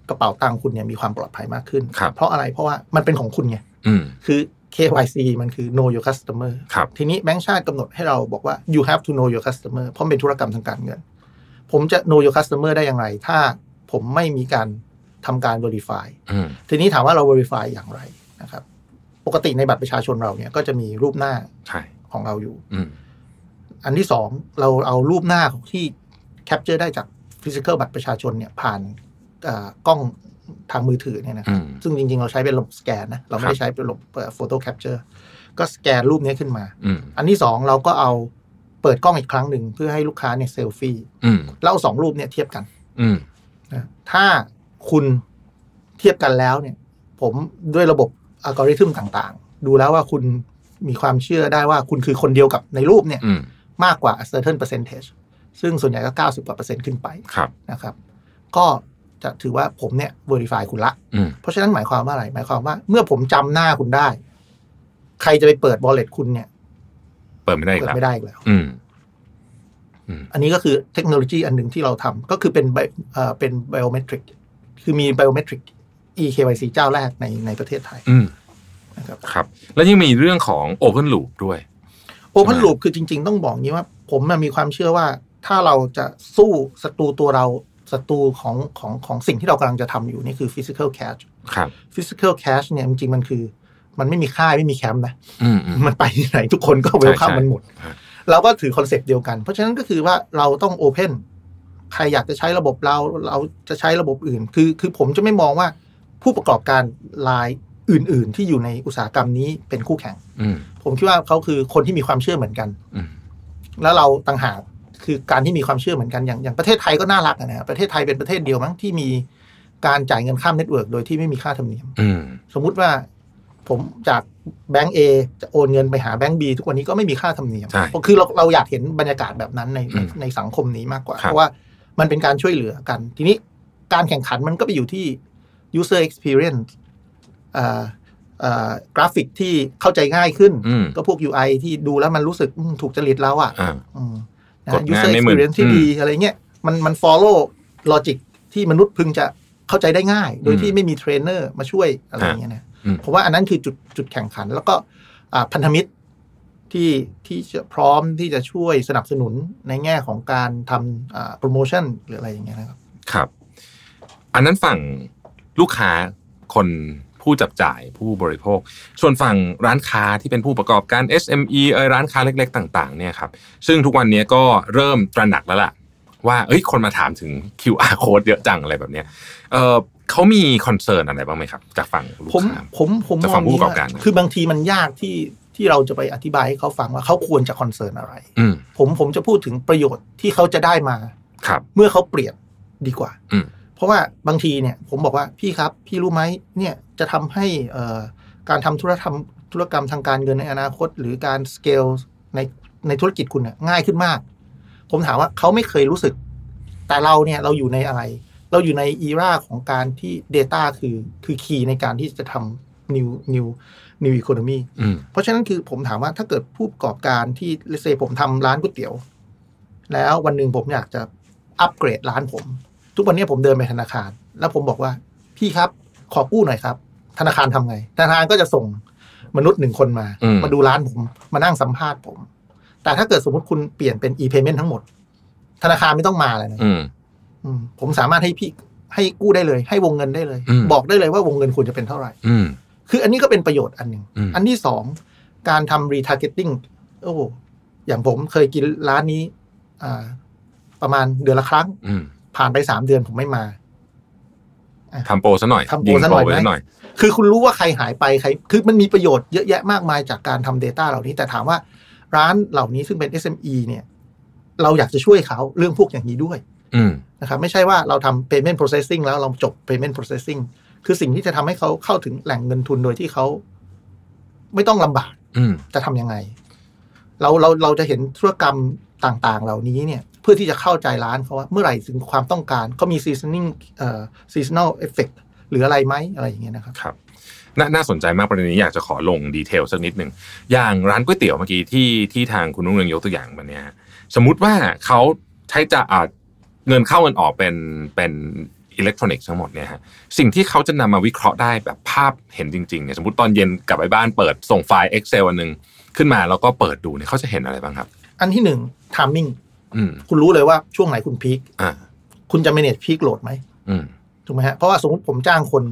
Speaker 3: กระเป๋าตังค์คุณเนี่ยมีความปลอดภัยมากขึ้น
Speaker 2: ครับ
Speaker 3: เพราะอะไรเพราะว่ามันเป็นของคุณไง
Speaker 2: อืม
Speaker 3: คือ KYC มันคือ know your customer
Speaker 2: ครับ
Speaker 3: ทีนี้แบงก์ชาติกำหนดให้เราบอกว่า you have to know your customer เพราะมันเป็นธุรกรรมทางการเงิน ผมจะ know your customer ได้อย่างไร ถ้าผมไม่มีการทำการ verify
Speaker 2: อืม
Speaker 3: ทีนี้ถามว่าเรา verify อย่างไรนะครับ ปกติในบัตรประชาชนเราเนี่ยก็จะมีรูปหน้า
Speaker 2: ใช่
Speaker 3: ของเราอยู่
Speaker 2: อืม
Speaker 3: อันที่สองเราเอารูปหน้าของที่แคปเจอร์ได้จากฟิสิกอลบัตรประชาชนเนี่ยผ่านเอ่อกล้องทางมือถือเนี่ยนะครับ
Speaker 2: อืม
Speaker 3: ซึ่งจริง ๆ เราใช้เป็นระบบสแกนนะ เราไม่
Speaker 2: ครั
Speaker 3: ได้
Speaker 2: บ
Speaker 3: ใช้เป็นระบบโฟโต้แคปเจอร์ก็สแกนรูปนี้ขึ้นมา
Speaker 2: อืม
Speaker 3: อันที่สองเราก็เอาเปิดกล้องอีกครั้งหนึ่งเพื่อให้ลูกค้าเนี่ยเซลฟี่
Speaker 2: อืม
Speaker 3: แล้วเอาสองรูปเนี่ยเทียบกัน
Speaker 2: อืม
Speaker 3: นะถ้าคุณเทียบกันแล้วเนี่ย ผมด้วยระบบอัลกอริทึมต่างๆ ดูแล้วว่าคุณมีความเชื่อได้ว่าคุณคือคนเดียวกับในรูปเนี่ย
Speaker 2: อืม
Speaker 3: มากกว่า a certain percentage ซึ่งส่วนใหญ่ก็ 90 กว่าเปอร์เซ็นต์ขึ้นไป
Speaker 2: ครับ
Speaker 3: นะครับ ก็จะถือว่าผมเนี่ย verify คุณละ
Speaker 2: อืม
Speaker 3: เพราะฉะนั้นหมายความว่าอะไร หมายความว่าเมื่อผมจำหน้าคุณได้ ใครจะไปเปิด wallet คุณเนี่ย
Speaker 2: เปิดไม่ได้อีก
Speaker 3: เปิด
Speaker 2: แล้ว
Speaker 3: ไม่ได้อีกแล้ว
Speaker 2: อืม
Speaker 3: อันนี้ก็คือเทคโนโลยีอันหนึ่งที่เราทำก็คือเป็นไบเอ่อเป็น biometric คือมี biometric eKYC เจ้าแรกในในประเทศไทย
Speaker 2: อืม
Speaker 3: นะครับ
Speaker 2: ครับ แล้วยังมีเรื่องของ Open Loop ด้วย
Speaker 3: Open
Speaker 2: ใช่ไหม
Speaker 3: Loop คือจริง ๆ ต้องบอกงี้ว่าผมน่ะมีความเชื่อว่าถ้าเราจะสู้ศัตรูตัวเราศัตรูของของของสิ่งที่เรากำลังจะทำอยู่นี่คือ Physical Cash
Speaker 2: ครับ
Speaker 3: Physical Cash เนี่ยจริงๆ มันคือ มันไม่มีค่าย ไม่มีแคมป์นะ
Speaker 2: อืมอืม
Speaker 3: มันไปที่ไหนทุกคนก็เวลคัม
Speaker 2: ใช่
Speaker 3: มันหมด
Speaker 2: ฮะ
Speaker 3: เราก็ถือคอนเซปต์เดียวกัน เพราะฉะนั้นก็คือว่าเราต้องโอเพนใครอยากจะใช้ระบบเรา เราจะใช้ระบบอื่น คือคือผมจะไม่มองว่าผู้ประกอบการรายอื่น ๆ ที่อยู่ในอุตสาหกรรมนี้เป็นคู่แข่ง
Speaker 2: อืม
Speaker 3: ผมคิดว่าเขาคือคนที่มีความเชื่อเหมือนกัน
Speaker 2: อืม
Speaker 3: แล้วเราต่างหากคือการที่มีความเชื่อเหมือนกันอย่างอย่างประเทศไทยก็น่ารักอะนะฮะประเทศไทยเป็นประเทศเดียวมั้งที่มีการจ่ายเงินข้ามเน็ตเวิร์กโดยที่ไม่มีค่าธรรมเนียม
Speaker 2: อืม
Speaker 3: สมมุติว่าผมจากแบงก์เอจะโอนเงินไปหาแบงก์บีทุกวันนี้ก็ไม่มีค่าธรรมเนียม
Speaker 2: ใช่
Speaker 3: เพราะคือเราเราอยากเห็นบรรยากาศแบบนั้นใน
Speaker 2: อืม
Speaker 3: ในสังคมนี้มากกว่า
Speaker 2: ครับ
Speaker 3: เพราะว่ามันเป็นการช่วยเหลือกัน ทีนี้การแข่งขันมันก็ไปอยู่ที่ user experience อ่าอ่ากราฟิกที่เข้าใจง่ายขึ้น
Speaker 2: อืม
Speaker 3: ก็พวก UI ที่ดูแล้วมันรู้สึกอืมถูกจริตเราอะ
Speaker 2: อ่า
Speaker 3: อืมนะ
Speaker 2: กดง่าย
Speaker 3: user
Speaker 2: ไม่มึน
Speaker 3: experience ที่ดีอะไรเงี้ยมันมัน follow logic ที่มนุษย์พึงจะเข้าใจได้ง่าย โดยที่ไม่มีเทรนเนอร์มาช่วยอะไรเงี้ยนะ
Speaker 2: อืม
Speaker 3: ผมว่าอันนั้นคือจุดจุดแข่งขัน แล้วก็อ่าพันธมิตรที่ที่จะพร้อมที่จะช่วยสนับสนุนในแง่ของการทำอ่าโปรโมชั่นหรืออะไรอย่างเงี้ยนะครับ
Speaker 2: ครับ อันนั้นฝั่งลูกค้าคนผู้จับจ่ายผู้บริโภค ส่วนฝั่งร้านค้าที่เป็นผู้ประกอบการ SME เอยร้านค้าเล็ก ๆ ต่าง ๆ เนี่ยครับ ซึ่งทุกวันนี้ก็เริ่มตระหนักแล้วล่ะ ว่าเอ้ยคนมาถามถึง QR code เยอะจังอะไรแบบเนี้ยเออเขามีคอนเซิร์นอะไรบ้างไหมครับ จากฝั่งลูก
Speaker 3: ผม
Speaker 2: ค้า
Speaker 3: ผมผม
Speaker 2: จะ
Speaker 3: ม
Speaker 2: ฟั
Speaker 3: อง ง
Speaker 2: ผู้
Speaker 3: นี้
Speaker 2: ประกอบ
Speaker 3: ว่า
Speaker 2: การนะ
Speaker 3: คือบางทีมันยากที่ที่เราจะไปอธิบายให้เขาฟังว่าเขาควรจะคอนเซิร์นอะไร
Speaker 2: อืม
Speaker 3: ผมผมจะพูดถึงประโยชน์ที่เขาจะได้มา
Speaker 2: ครับ
Speaker 3: เมื่อเขาเปลี่ยนดีกว่า
Speaker 2: อืม
Speaker 3: เพราะว่าบางทีเนี่ยผมบอกว่าพี่ครับ พี่รู้ไหมเนี่ยจะทำให้เอ่อการทำธุรกรรมธุรกรรมทางการเงินในอนาคต หรือการสเกลในในธุรกิจคุณเนี่ยง่ายขึ้นมาก ผมถามว่าเขาไม่เคยรู้สึก แต่เราเนี่ยเราอยู่ในอะไร เราอยู่ในอีราของการที่ Data คือคือคีย์ในการที่จะทำ new new new economy
Speaker 2: อืม
Speaker 3: เพราะฉะนั้นคือผมถามว่าถ้าเกิดผู้ประกอบการที่เลเซผมทำร้านก๋วยเตี๋ยว แล้ววันหนึ่งผมอยากจะอัปเกรดร้านผม ทุกวันนี้ผมเดินไปธนาคาร แล้วผมบอกว่า พี่ครับขอกู้หน่อยครับ ธนาคารทำไง ธนาคารก็จะส่งมนุษย์หนึ่งคนมา
Speaker 2: อืม
Speaker 3: มาดูร้านผมมานั่งสัมภาษณ์ผม แต่ถ้าเกิดสมมติคุณเปลี่ยนเป็น e-payment ทั้งหมด ธนาคารไม่ต้องมาเลยนะ
Speaker 2: อืม
Speaker 3: อืมผมสามารถให้พี่ให้กู้ได้เลย ให้วงเงินได้เลย
Speaker 2: อืม
Speaker 3: บอกได้เลยว่าวงเงินคุณจะเป็นเท่าไหร่
Speaker 2: อืม
Speaker 3: คืออันนี้ก็เป็นประโยชน์อันหนึ่ง
Speaker 2: อืม
Speaker 3: อันที่สองการทำ retargeting โอ้โหอย่างผมเคยกินร้านนี้ อ่า ประมาณเดือนละครั้ง
Speaker 2: อืม
Speaker 3: ผ่านไปสามเดือนผมไม่มา
Speaker 2: ทำโปรซะหน่อย
Speaker 3: ทำโปร
Speaker 2: ยิง
Speaker 3: ซะ
Speaker 2: โปร
Speaker 3: หน่อย
Speaker 2: ไป
Speaker 3: ไหม
Speaker 2: ซะหน่อย
Speaker 3: คือคุณรู้ว่าใครหายไปใคร คือมันมีประโยชน์เยอะแยะมากมายจากการทำ Data เหล่านี้ แต่ถามว่า ร้านเหล่านี้ซึ่งเป็น SME เนี่ยเราอยากจะช่วยเขาเรื่องพวกอย่างนี้ด้วย
Speaker 2: อืม
Speaker 3: นะครับไม่ใช่ว่าเราทำ payment processing แล้วเราจบ payment processing คือสิ่งที่จะทำให้เขาเข้าถึงแหล่งเงินทุนโดยที่เขาไม่ต้องลำบาก
Speaker 2: อืม
Speaker 3: จะทำยังไง เราเราเราจะเห็นธุรกรรมต่างๆ เหล่านี้เนี่ย เพื่อที่จะเข้าใจร้านเขาว่าเมื่อไหร่ถึงความต้องการเขามี seasoning เอ่อ seasonal effect หรืออะไรไหมอะไรอย่างเงี้ยนะครับ
Speaker 2: ครับนาน่าสนใจมากประเด็นนี้อยากจะขอลงดีเทลสักนิดหนึ่งอย่างร้านก๋วยเตี๋ยวเมื่อกี้ที่ที่ทางคุณนุ่งเรืองยกตัวอย่างมาเนี่ยสมมุติว่าเขาใช้จะอ่าเงินเข้าเงินออกเป็นเป็นอิเล็กทรอนิกส์ทั้งหมดเนี่ยฮะสิ่งที่เขาจะนำมาวิเคราะห์ได้แบบภาพเห็นจริงๆเนี่ยสมมติตอนเย็นกลับไปบ้านเปิดส่งไฟล์ Excel อันหนึ่งขึ้นมาแล้วก็เปิดดูเนี่ยเขาจะเห็นอะไรบ้างครับ
Speaker 3: อันที่หนึ่ง timing
Speaker 2: อืม
Speaker 3: คุณรู้เลยว่าช่วงไหนคุณพีค
Speaker 2: อ่า
Speaker 3: คุณจะ manage peak load ไหม
Speaker 2: อืม
Speaker 3: ถูกไหมฮะ เพราะว่าสมมติผมจ้างคน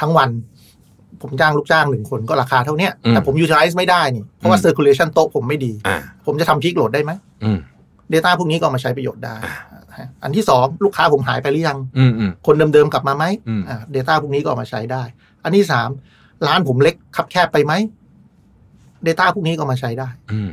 Speaker 3: ทั้งวัน ผมจ้างลูกจ้างหนึ่งคนก็ราคาเท่าเนี้ย แต่ผมยูทิลิซ์ไม่ได้นี่ เพราะว่า circulation โต๊ะผมไม่ดี
Speaker 2: อ่า
Speaker 3: ผมจะทำพีคโหลดได้ไหม
Speaker 2: อืม
Speaker 3: Data พวกนี้ก็เอามาใช้ประโยชน์ได้ฮะอันที่สองลูกค้าผมหายไปหรือยัง
Speaker 2: อืมอืม
Speaker 3: คนเดิมๆกลับมาไหม
Speaker 2: อืม
Speaker 3: อ่า Data พวกนี้ก็เอามาใช้ได้ อันที่สามร้านผมเล็กคับแคบไปไหม Data พวกนี้ก็เอามาใช้ได้
Speaker 2: อืม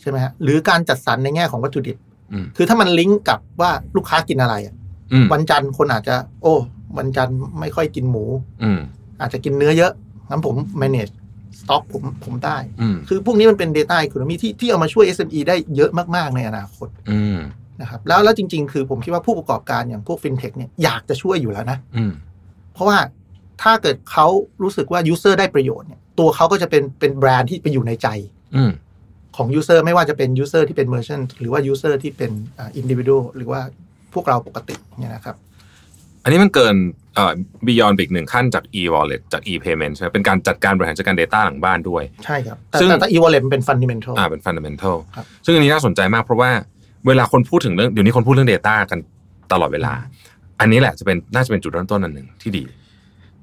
Speaker 3: ใช่ไหมฮะ หรือการจัดสรรในแง่ของวัตถุดิบ
Speaker 2: อืม
Speaker 3: คือถ้ามันลิงก์กับว่าลูกค้ากินอะไรอะ
Speaker 2: อืม
Speaker 3: วันจันทร์คนอาจจะ โอ้ วันจันทร์ไม่ค่อยกินหมู
Speaker 2: อืม
Speaker 3: อาจจะกินเนื้อเยอะงั้นผม manage สต็อกผมผมได้
Speaker 2: อืม
Speaker 3: คือพวกนี้มันเป็น Data Economy ที่ที่เอามาช่วย SME ได้เยอะมาก ๆ ในอนาคต
Speaker 2: อืม
Speaker 3: นะครับแล้วแล้วจริง ๆ คือผมคิดว่าผู้ประกอบการอย่างพวก FinTech เนี่ยอยากจะช่วยอยู่แล้วนะ
Speaker 2: อืม
Speaker 3: เพราะว่าถ้าเกิดเขารู้สึกว่า User ได้ประโยชน์เนี่ยตัวเขาก็จะเป็นเป็นแบรนด์ที่ไปอยู่ในใจ
Speaker 2: อืม
Speaker 3: ของ User ไม่ว่าจะเป็น User ที่เป็น Merchant หรือว่า User ที่เป็นอ่า Individual หรือว่าพวกเราปกติเนี่ยนะครับ
Speaker 2: อันนี้มันเกินเอ่อ beyond อีกหนึ่งขั้นจาก e wallet จาก e payment ใช่ไหมเป็นการจัดการบริหารจัดการ Data หลังบ้านด้วย
Speaker 3: ใช่ครับแต่
Speaker 2: ซึ่ง
Speaker 3: แต่แต่ e-wallet มันเป็น fundamental
Speaker 2: อ่าเป็น fundamental
Speaker 3: ครับ
Speaker 2: ซึ่งอันนี้น่าสนใจมากเพราะว่าเวลาคนพูดถึงเรื่องเดี๋ยวนี้คนพูดเรื่อง Data กันตลอดเวลา อันนี้แหละจะเป็นน่าจะเป็นจุดเริ่มต้นอันหนึ่งที่ดี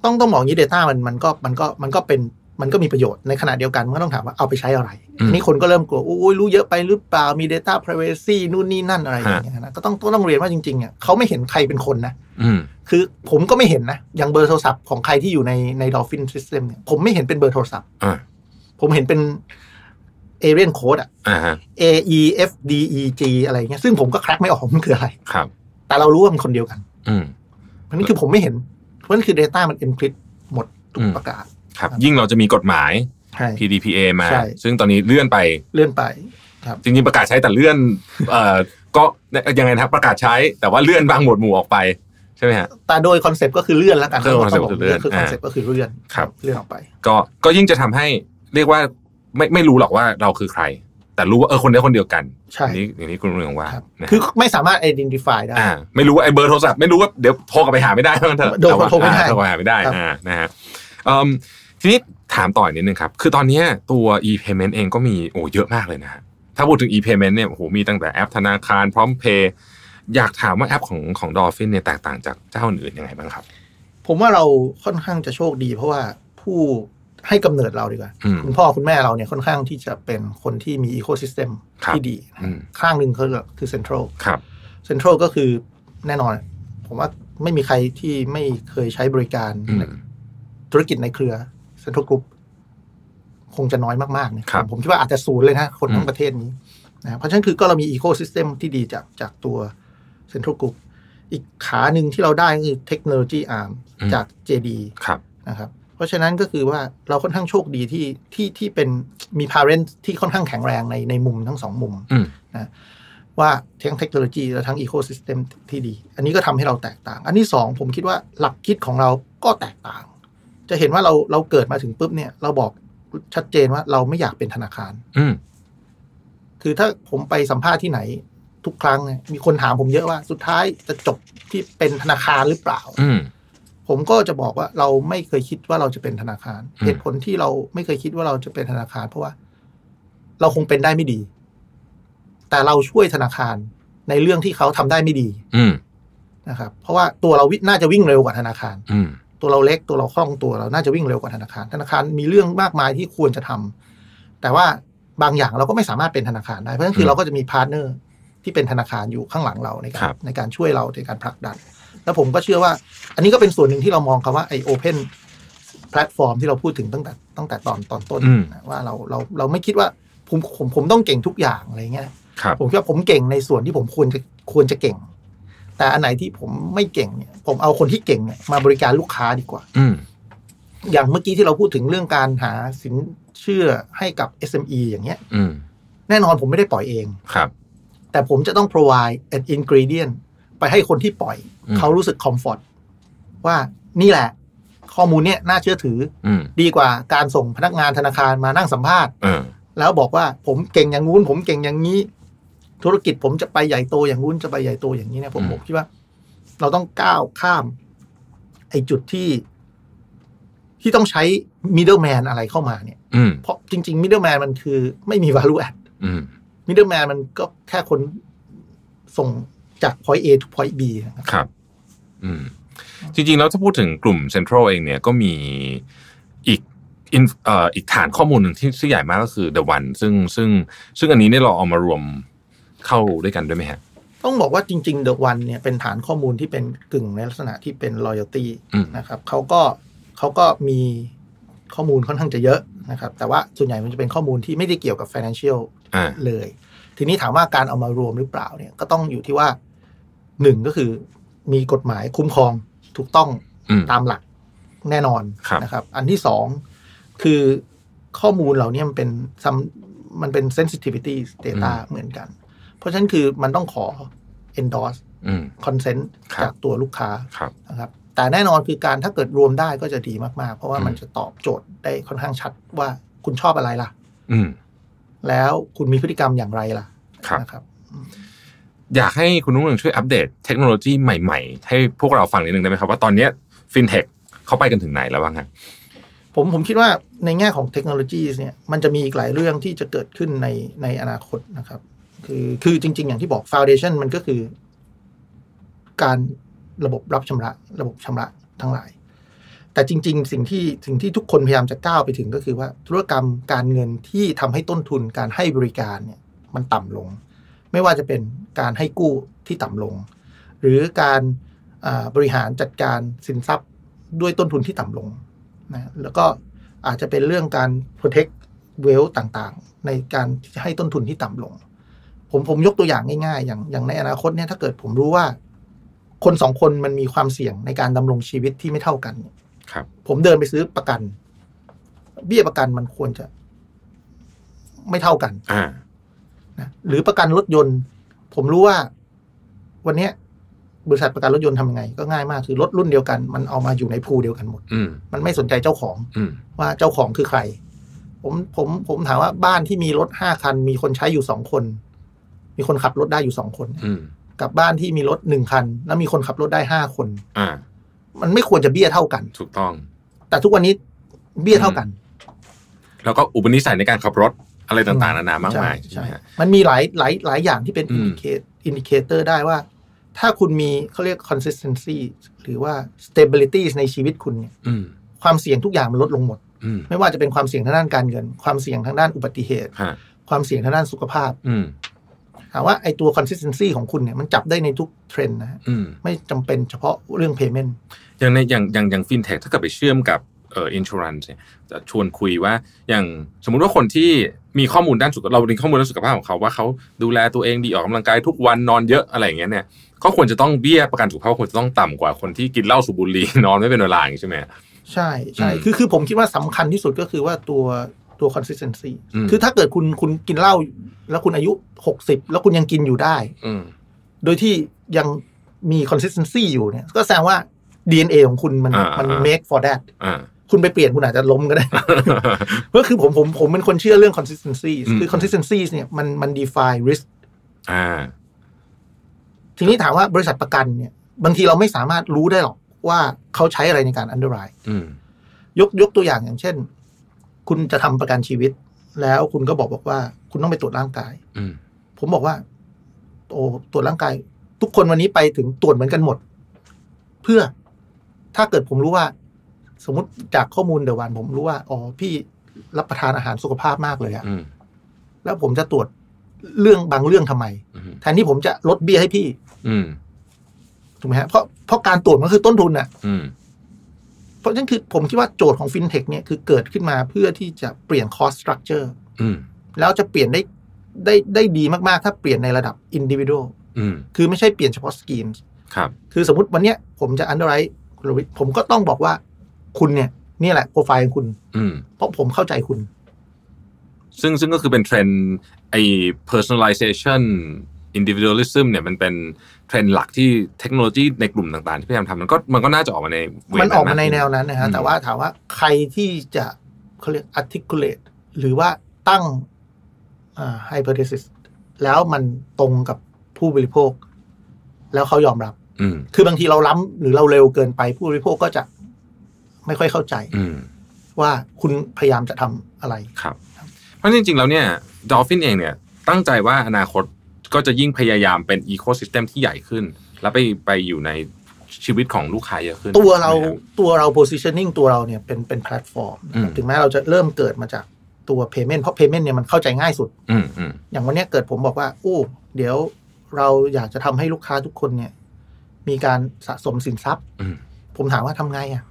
Speaker 3: ต้องต้องบอกอย่างนี้ Data มันมันก็มันก็มันก็เป็นมันก็มีประโยชน์ในขณะเดียวกันมันก็ต้องถามว่าเอาไปใช้อะไร
Speaker 2: อืม
Speaker 3: อันนี้คนก็เริ่มกลัวโอ้ยรู้เยอะไปหรือเปล่ามี Data Privacy นู่นนี่นั่นอะไรอย่างเงี้ยนะก็ต้องต้องต้องเรียนว่าจริงๆเนี่ยเขาไม่เห็นใครเป็นคนนะ
Speaker 2: อืม
Speaker 3: คือผมก็ไม่เห็นนะ อย่างเบอร์โทรศัพท์ของใครที่อยู่ในใน Dolphin System เนี่ยผมไม่เห็นเป็นเบอร์โทรศัพท์
Speaker 2: อ่า
Speaker 3: ผมเห็นเป็น Alien Code อะ
Speaker 2: อ่าฮะ
Speaker 3: A E F D E G อะไรเงี้ยซึ่งผมก็แคร็กไม่ออกมันคืออะไร
Speaker 2: ครับ
Speaker 3: แต่เรารู้ว่ามันคนเดียวกัน
Speaker 2: อืม
Speaker 3: เพราะนั่นคือผมไม่เห็นเพราะนั่นคือ Data มัน encrypt หมดทุก
Speaker 2: อืม
Speaker 3: ประการ
Speaker 2: ครับ ยิ่งเราจะมีกฎหมาย
Speaker 3: ใช่
Speaker 2: PDPA มา
Speaker 3: ใช่
Speaker 2: ซึ่งตอนนี้เลื่อนไป
Speaker 3: เลื่อนไป
Speaker 2: จริงๆประกาศใช้แต่เลื่อนเอ่อก็ยังไงนะครับประกาศใช้แต่ว่าเลื่อนบางหมวดหมู่ออกไปใช่ไหมฮะ
Speaker 3: แต่โดยคอนเซปต์ก็คือเลื่อนแล้วกัน
Speaker 2: คือ concept ก็คือเลื่อน
Speaker 3: คือคอนเซปต์ก็คือเลื่อน
Speaker 2: ครับ
Speaker 3: เลื่อนออกไป
Speaker 2: ก็ก็ยิ่งจะทำให้เรียกว่าไม่ไม่รู้หรอกว่าเราคือใคร แต่รู้ว่าเออคนเดียวคนเดียวกัน
Speaker 3: ใช่
Speaker 2: อย่างนี้อย่างนี้คุณเรืองว่า
Speaker 3: ครับ
Speaker 2: นะฮะ
Speaker 3: คือไม่สามารถ identify ได้
Speaker 2: อ่า ไม่รู้ว่าไอ้เบอร์โทรศัพท์ไม่รู้ว่าเดี๋ยวโทรกลับไปหาไม่ได้นั่นเถอะ
Speaker 3: โดน
Speaker 2: แต่ว่า
Speaker 3: โทรไม่ได้
Speaker 2: อ่าโทรหาไม่ได้
Speaker 3: ครับ
Speaker 2: อ่านะฮะเอิ่มทีนี้ถามต่ออีกนิดนึงครับ คือตอนเนี้ยตัว e-payment เองก็มีโอ้เยอะมากเลยนะฮะถ้าพูดถึง e-payment เนี่ยโอ้โหมีตั้งแต่แอปธนาคารพร้อมเพย์อยากถามว่าแอปของของดอฟฟินเนี่ยแตกต่างจากเจ้าอื่นๆยังไงบ้างครับ
Speaker 3: ผมว่าเราค่อนข้างจะโชคดี เพราะว่าผู้ให้กำเนิดเราดีกว่า
Speaker 2: อืม
Speaker 3: คุณพ่อคุณแม่เราเนี่ยค่อนข้างที่จะเป็นคนที่มีอีโค y ิสเต็ม
Speaker 2: ครับ
Speaker 3: ที่ดี
Speaker 2: อืม
Speaker 3: ข้างหนึ่งคือคือเซ็นทรัล
Speaker 2: ครับ
Speaker 3: เซ็นทรัลก็คือแน่นอน ผมว่าไม่มีใครที่ไม่เคยใช้บริการ
Speaker 2: อืม
Speaker 3: ธุรกิจในเครือเซ็นทรัลกรุ๊ปคงจะน้อยมากๆนะครับ ผมคิดว่าอาจจะศูนย์เลยนะคนทั้
Speaker 2: อื
Speaker 3: ง
Speaker 2: ม
Speaker 3: ประเทศนี้นะเพราะฉะนั้นคือก็เรามีอีโค y ิสเต็มที่ดีจากจากตัวเซ็นทรัลกรุ๊ปอีกขาหนึ่งที่เราได้ก็คือเทคโนโลยีอาร์มจาก JD
Speaker 2: ครับ
Speaker 3: นะครับเพราะฉะนั้นก็คือว่าเราค่อนข้างโชคดีที่ที่ที่เป็นมี parent ที่ค่อนข้างแข็งแรงในในมุมทั้งสองมุม
Speaker 2: อืม
Speaker 3: ว่าทั้งเทคโนโลยีและทั้ง ecosystem ที่ดี อันนี้ก็ทำให้เราแตกต่าง อันที่สองผมคิดว่าหลักคิดของเราก็แตกต่าง จะเห็นว่าเราเราเกิดมาถึงปุ๊บเนี่ยเราบอกชัดเจนว่าเราไม่อยากเป็นธนาคาร
Speaker 2: อืม
Speaker 3: คือถ้าผมไปสัมภาษณ์ที่ไหนทุกครั้งเนี่ยมีคนถามผมเยอะว่าสุดท้ายจะจบที่เป็นธนาคารหรือเปล่า
Speaker 2: อืม
Speaker 3: ผมก็จะบอกว่าเราไม่เคยคิดว่าเราจะเป็นธนาคาร
Speaker 2: อืม
Speaker 3: เหตุผลที่เราไม่เคยคิดว่าเราจะเป็นธนาคาร เพราะว่า เราคงเป็นได้ไม่ดี แต่เราช่วยธนาคารในเรื่องที่เขาทำได้ไม่ดี
Speaker 2: อืม
Speaker 3: นะครับ เพราะว่าตัวเราวิน่าจะวิ่งเร็วกว่าธนาคาร
Speaker 2: อืม
Speaker 3: ตัวเราเล็กตัวเราคล่องตัวเราน่าจะวิ่งเร็วกว่าธนาคาร ธนาคารมีเรื่องมากมายที่ควรจะทำแต่ว่าบางอย่างเราก็ไม่สามารถเป็นธนาคารได้เพราะฉะนั้นคือ
Speaker 2: ม
Speaker 3: เราก็จะมีพาร์ทเนอร์ที่เป็นธนาคารอยู่ข้างหลังเราในการ
Speaker 2: คั
Speaker 3: ร
Speaker 2: บ
Speaker 3: ในการช่วยเราในการผลักดัน แล้วผมก็เชื่อว่า อันนี้ก็เป็นส่วนหนึ่งที่เรามองคำว่าไอโอเพนแพลตฟอร์มที่เราพูดถึงตั้งแต่ตั้งแต่ตอนตอนต้น
Speaker 2: อืม
Speaker 3: นะว่าเราเราเราไม่คิดว่า ผมผมผมต้องเก่งทุกอย่างอะไรเงี้ย
Speaker 2: ครับ
Speaker 3: ผมคิดว่าผมเก่งในส่วนที่ผมควรจะควรจะเก่ง แต่อันไหนที่ผมไม่เก่งเนี่ย ผมเอาคนที่เก่งเนี่ยมาบริการลูกค้าดีกว่า
Speaker 2: อืม
Speaker 3: อย่างเมื่อกี้ที่เราพูดถึงเรื่องการหาสินเชื่อให้กับ SME อย่างเงี้ย
Speaker 2: อืม
Speaker 3: แน่นอนผมไม่ได้ปล่อยเอง
Speaker 2: ครับ
Speaker 3: แต่ผมจะต้อง provide an ingredient ไปให้คนที่ปล่อย
Speaker 2: อืม
Speaker 3: เขารู้สึก comfort ว่านี่แหละ ข้อมูลเนี่ยน่าเชื่อถือ
Speaker 2: อืม
Speaker 3: ดีกว่าการส่งพนักงานธนาคารมานั่งสัมภาษณ์
Speaker 2: เออ
Speaker 3: แล้วบอกว่าผมเก่งอย่างงู้น ผมเก่งอย่างนี้ ธุรกิจผมจะไปใหญ่โตอย่างงู้นจะไปใหญ่โตอย่างนี้เนี่ยผมผมคิดว่า เราต้องก้าวข้าม ไอ้จุดที่ ที่ต้องใช้ middleman อะไรเข้ามาเนี่ย
Speaker 2: อืม
Speaker 3: เพราะจริง ๆ middleman มันคือไม่มี value add
Speaker 2: อืม
Speaker 3: middleman มันก็แค่คนส่งจาก point A to point B นะครับ
Speaker 2: ครับ อืม จริงๆ แล้วถ้าพูดถึงกลุ่มเซ็นทรัลเองเนี่ยก็มีอีก in- เอ่ออีกฐานข้อมูลหนึ่งที่ที่ใหญ่มากก็คือ The One ซึ่งซึ่งซึ่งอันนี้เนี่ยเราเอามารวมเข้าด้วยกันด้วยไหมฮะ
Speaker 3: ต้องบอกว่าจริง ๆ The One เนี่ยเป็นฐานข้อมูลที่เป็นกึ่งในลักษณะที่เป็น loyalty
Speaker 2: อืม
Speaker 3: นะครับเขาก็เขาก็มีข้อมูลค่อนข้างจะเยอะนะครับ แต่ว่าส่วนใหญ่มันจะเป็นข้อมูลที่ไม่ได้เกี่ยวกับ financial
Speaker 2: อ่า
Speaker 3: เลย ทีนี้ถามว่าการเอามารวมหรือเปล่าเนี่ยก็ต้องอยู่ที่ว่าหนึ่งก็คือมีกฎหมายคุ้มครองถูกต้อง
Speaker 2: อืม
Speaker 3: ตามหลักแน่นอน
Speaker 2: ครับ
Speaker 3: นะครับ อันที่สองคือข้อมูลเหล่านี้มันเป็น some- มันเป็น sensitivity data เหมือนกัน เพราะฉะนั้นคือมันต้องขอ endorse
Speaker 2: อืม
Speaker 3: consent
Speaker 2: ครับ
Speaker 3: จากตัวลูกค้า
Speaker 2: ครับ
Speaker 3: นะครับแต่แน่นอนคือการถ้าเกิดรวมได้ก็จะดีมาก ๆ เพราะว่า
Speaker 2: อืม
Speaker 3: มันจะตอบโจทย์ได้ค่อนข้างชัดว่าคุณชอบอะไรล่ะ
Speaker 2: อืม
Speaker 3: แล้วคุณมีพฤติกรรมอย่างไรล่ะ
Speaker 2: ครับ
Speaker 3: นะครับ
Speaker 2: อยากให้คุณนุ่งเรืองช่วยอัปเดตเทคโนโลยีใหม่ๆ ให้พวกเราฟังนิดนึงได้ไหมครับ ว่าตอนเนี้ฟินเทคเขาไปกันถึงไหนแล้วบ้างฮะ
Speaker 3: ผมผมคิดว่าในแง่ของเทคโนโลยีเนี่ยมันจะมีอีกหลายเรื่องที่จะเกิดขึ้นในในอนาคตนะครับ คือคือจริง ๆ อย่างที่บอก Foundation มันก็คือ การระบบรับชำระ ระบบชำระทั้งหลาย แต่จริง ๆ สิ่งที่สิ่งที่ทุกคนพยายามจะก้าวไปถึงก็คือว่าธุรกรรมการเงินที่ทำให้ต้นทุนการให้บริการเนี่ย มันต่ำลง ไม่ว่าจะเป็นการให้กู้ที่ต่ำลง หรือการอ่าบริหารจัดการสินทรัพย์ด้วยต้นทุนที่ต่ำลง นะแล้วก็อาจจะเป็นเรื่องการ protect wealth ต่างๆ ในการที่จะให้ต้นทุนที่ต่ำลง ผมผมยกตัวอย่างง่ายๆ อย่างอย่างในอนาคตเนี่ยถ้าเกิดผมรู้ว่า คนสองคนมันมีความเสี่ยงในการดำรงชีวิตที่ไม่เท่ากันเนี่ย
Speaker 2: ครับ
Speaker 3: ผมเดินไปซื้อประกัน เบี้ยประกันมันควรจะ ไม่เท่ากัน
Speaker 2: อ่า
Speaker 3: นะหรือประกันรถยนต์ ผมรู้ว่า วันเนี้ยบริษัทประกันรถยนต์ทำยังไง ก็ง่ายมากคือรถรุ่นเดียวกัน มันเอามาอยู่ในพูลเดียวกันหมด
Speaker 2: อืม
Speaker 3: มันไม่สนใจเจ้าของ
Speaker 2: อืม
Speaker 3: ว่าเจ้าของคือใคร ผมผมผมถามว่าบ้านที่มีรถห้าคัน มีคนใช้อยู่สองคน มีคนขับรถได้อยู่สองคน
Speaker 2: อืม
Speaker 3: กับบ้านที่มีรถหนึ่งคัน แล้วมีคนขับรถได้ห้าคน
Speaker 2: อ่า
Speaker 3: มันไม่ควรจะเบี้ยเท่ากัน
Speaker 2: ถูกต้อง
Speaker 3: แต่ทุกวันนี้เบี้ยเท่ากัน
Speaker 2: แล้วก็อุปนิสัยในการขับรถอะไรต่างๆนานามากมาย
Speaker 3: ใช่
Speaker 2: ไหมฮะ
Speaker 3: มันมีหลายหลายหลายอย่างที่เป็น
Speaker 2: อื
Speaker 3: อิ
Speaker 2: ม
Speaker 3: นดิเคตอินดิเคเตอร์ได้ว่า ถ้าคุณมีเขาเรียก consistency หรือว่า stability ในชีวิตคุณเนี่ย
Speaker 2: อืม
Speaker 3: ความเสี่ยงทุกอย่างมันลดลงหมด
Speaker 2: อืม
Speaker 3: ไม่ว่าจะเป็นความเสี่ยงทางด้านการเงิน ความเสี่ยงทางด้านอุบัติเหตุ
Speaker 2: ฮะ
Speaker 3: ความเสี่ยงทางด้านสุขภาพ
Speaker 2: อืม
Speaker 3: ถามว่าไอตัว consistency ของคุณเนี่ยมันจับได้ในทุกเทรนด์นะฮะ
Speaker 2: อืม
Speaker 3: ไม่จำเป็นเฉพาะเรื่อง payment
Speaker 2: อย่างในอย่างอย่างอย่างฟินเทคถ้าเกิดไปเชื่อมกับเอ่ออินชูรันเนี่ยจะชวนคุยว่าอย่างสมมุติว่าคนที่มีข้อมูลด้านสุขเรามีข้อมูลด้านสุขภาพของเขาว่าเขาดูแลตัวเองดีออกกำลังกายทุกวันนอนเยอะอะไรอย่างเงี้ยเนี่ยเขาควรจะต้องเบี้ยประกันสุขภาพควรจะต้องต่ำกว่าคนที่กินเหล้าสูบบุหรี่ นอนไม่เป็นเวลาอย่างนี้ใช่ไหม
Speaker 3: ใช่ใช่
Speaker 2: อืม
Speaker 3: คือคือผมคิดว่าสำคัญที่สุดก็คือว่าตัวตัว consistency
Speaker 2: อืม
Speaker 3: คือถ้าเกิดคุณคุณกินเหล้าแล้วคุณอายุ 60 แล้วคุณยังกินอยู่ได้
Speaker 2: อืม
Speaker 3: โดยที่ยังมี consistency อยู่เนี่ย ก็แสดงว่า DNA ของคุณมัน
Speaker 2: อ่ามั
Speaker 3: มัน
Speaker 2: อ่า
Speaker 3: make for that
Speaker 2: อ่า
Speaker 3: คุณไปเปลี่ยนคุณอาจจะล้มก็ได้ ก็คือผมผมผมเป็นคนเชื่อเรื่อง consistency
Speaker 2: อืม
Speaker 3: คือ consistency เนี่ยมันมัน define risk
Speaker 2: อ่า
Speaker 3: ทีนี้ถามว่าบริษัทประกันเนี่ย บางทีเราไม่สามารถรู้ได้หรอกว่าเขาใช้อะไรในการ underwrite
Speaker 2: อืม
Speaker 3: ยกยกตัวอย่างอย่างเช่น คุณจะทำประกันชีวิต แล้วคุณก็บอกบอกว่า คุณต้องไปตรวจร่างกาย
Speaker 2: อืม
Speaker 3: ผมบอกว่า โอ้ตรวจร่างกาย ทุกคนวันนี้ไปถึงตรวจเหมือนกันหมด เพื่อถ้าเกิดผมรู้ว่า สมมติจากข้อมูลเดอะวันผมรู้ว่าอ๋อพี่รับประทานอาหารสุขภาพมากเลยอะ
Speaker 2: อืม
Speaker 3: แล้วผมจะตรวจเรื่องบางเรื่องทำไม
Speaker 2: อืม
Speaker 3: แทนที่ผมจะลดเบี้ยให้พี่
Speaker 2: อืม
Speaker 3: ถูกไหมฮะเพราะเพราะการตรวจมันคือต้นทุนน่ะ
Speaker 2: อืม
Speaker 3: เพราะฉะนั้นคือผมคิดว่าโจทย์ของฟินเทคเนี่ยคือเกิดขึ้นมาเพื่อที่จะเปลี่ยนคอส s t ต u c เจอร์
Speaker 2: อืม
Speaker 3: แล้วจะเปลี่ยนได้ได้ได้ดีมากๆ ถ้าเปลี่ยนในระดับ individual
Speaker 2: อืม
Speaker 3: คือไม่ใช่เปลี่ยนเฉพาะ schemes
Speaker 2: ครับ
Speaker 3: คือสมมติวันเนี้ยผมจะ underwrite คุณรวิทย์ผมก็ต้องบอกว่าคุณเนี่ยนี่แหละโปรไฟล์ของคุณ
Speaker 2: อืม
Speaker 3: เพราะผมเข้าใจคุณ
Speaker 2: ซึ่งซึ่งก็คือเป็นเทรนด์ไอ้ personalization individualism เนี่ยมันเป็นเทรนด์หลักที่เทคโนโลยีในกลุ่มต่างๆ ที่พยายามทำมันก็มันก็น่าจะออกมาในเว
Speaker 3: มันออกมาในแนว
Speaker 2: ขึ้
Speaker 3: นั้นนะ
Speaker 2: อื
Speaker 3: ฮะ
Speaker 2: ม
Speaker 3: แต่ว่าถามว่าใครที่จะเขาเรียก articulate หรือว่าตั้งอ่า hypothesis แล้วมันตรงกับผู้บริโภค แล้วเขายอมรับ
Speaker 2: อืม
Speaker 3: คือบางทีเราล้ำหรือเราเร็วเกินไปผู้บริโภคก็จะไม่ค่อยเข้าใจ
Speaker 2: อืม
Speaker 3: ว่าคุณพยายามจะทำอะไร
Speaker 2: ครับ เพราะจริงๆ แล้วเนี่ยดอลฟินเองเนี่ยตั้งใจว่าอนาคตก็จะยิ่งพยายามเป็นอีโคซิสเต็มที่ใหญ่ขึ้น แล้วไปไปอยู่ในชีวิตของลูกค้าเยอะขึ้น
Speaker 3: ตัวเรา
Speaker 2: ใช่ไหมคบ
Speaker 3: ตัวเรา positioning ตัวเราเนี่ยเป็นเป็นแพลตฟอร์มนะครับ
Speaker 2: อืม
Speaker 3: ถึงแม้เราจะเริ่มเกิดมาจากตัว payment เพราะ payment เนี่ยมันเข้าใจง่ายสุด
Speaker 2: อืมอืม
Speaker 3: อย่างวันเนี้ยเกิดผมบอกว่าอู้เดี๋ยวเราอยากจะทำให้ลูกค้าทุกคนเนี่ย มีการสะสมสินทรัพย์
Speaker 2: อืม
Speaker 3: ผมถามว่าทำไงอะ่ะ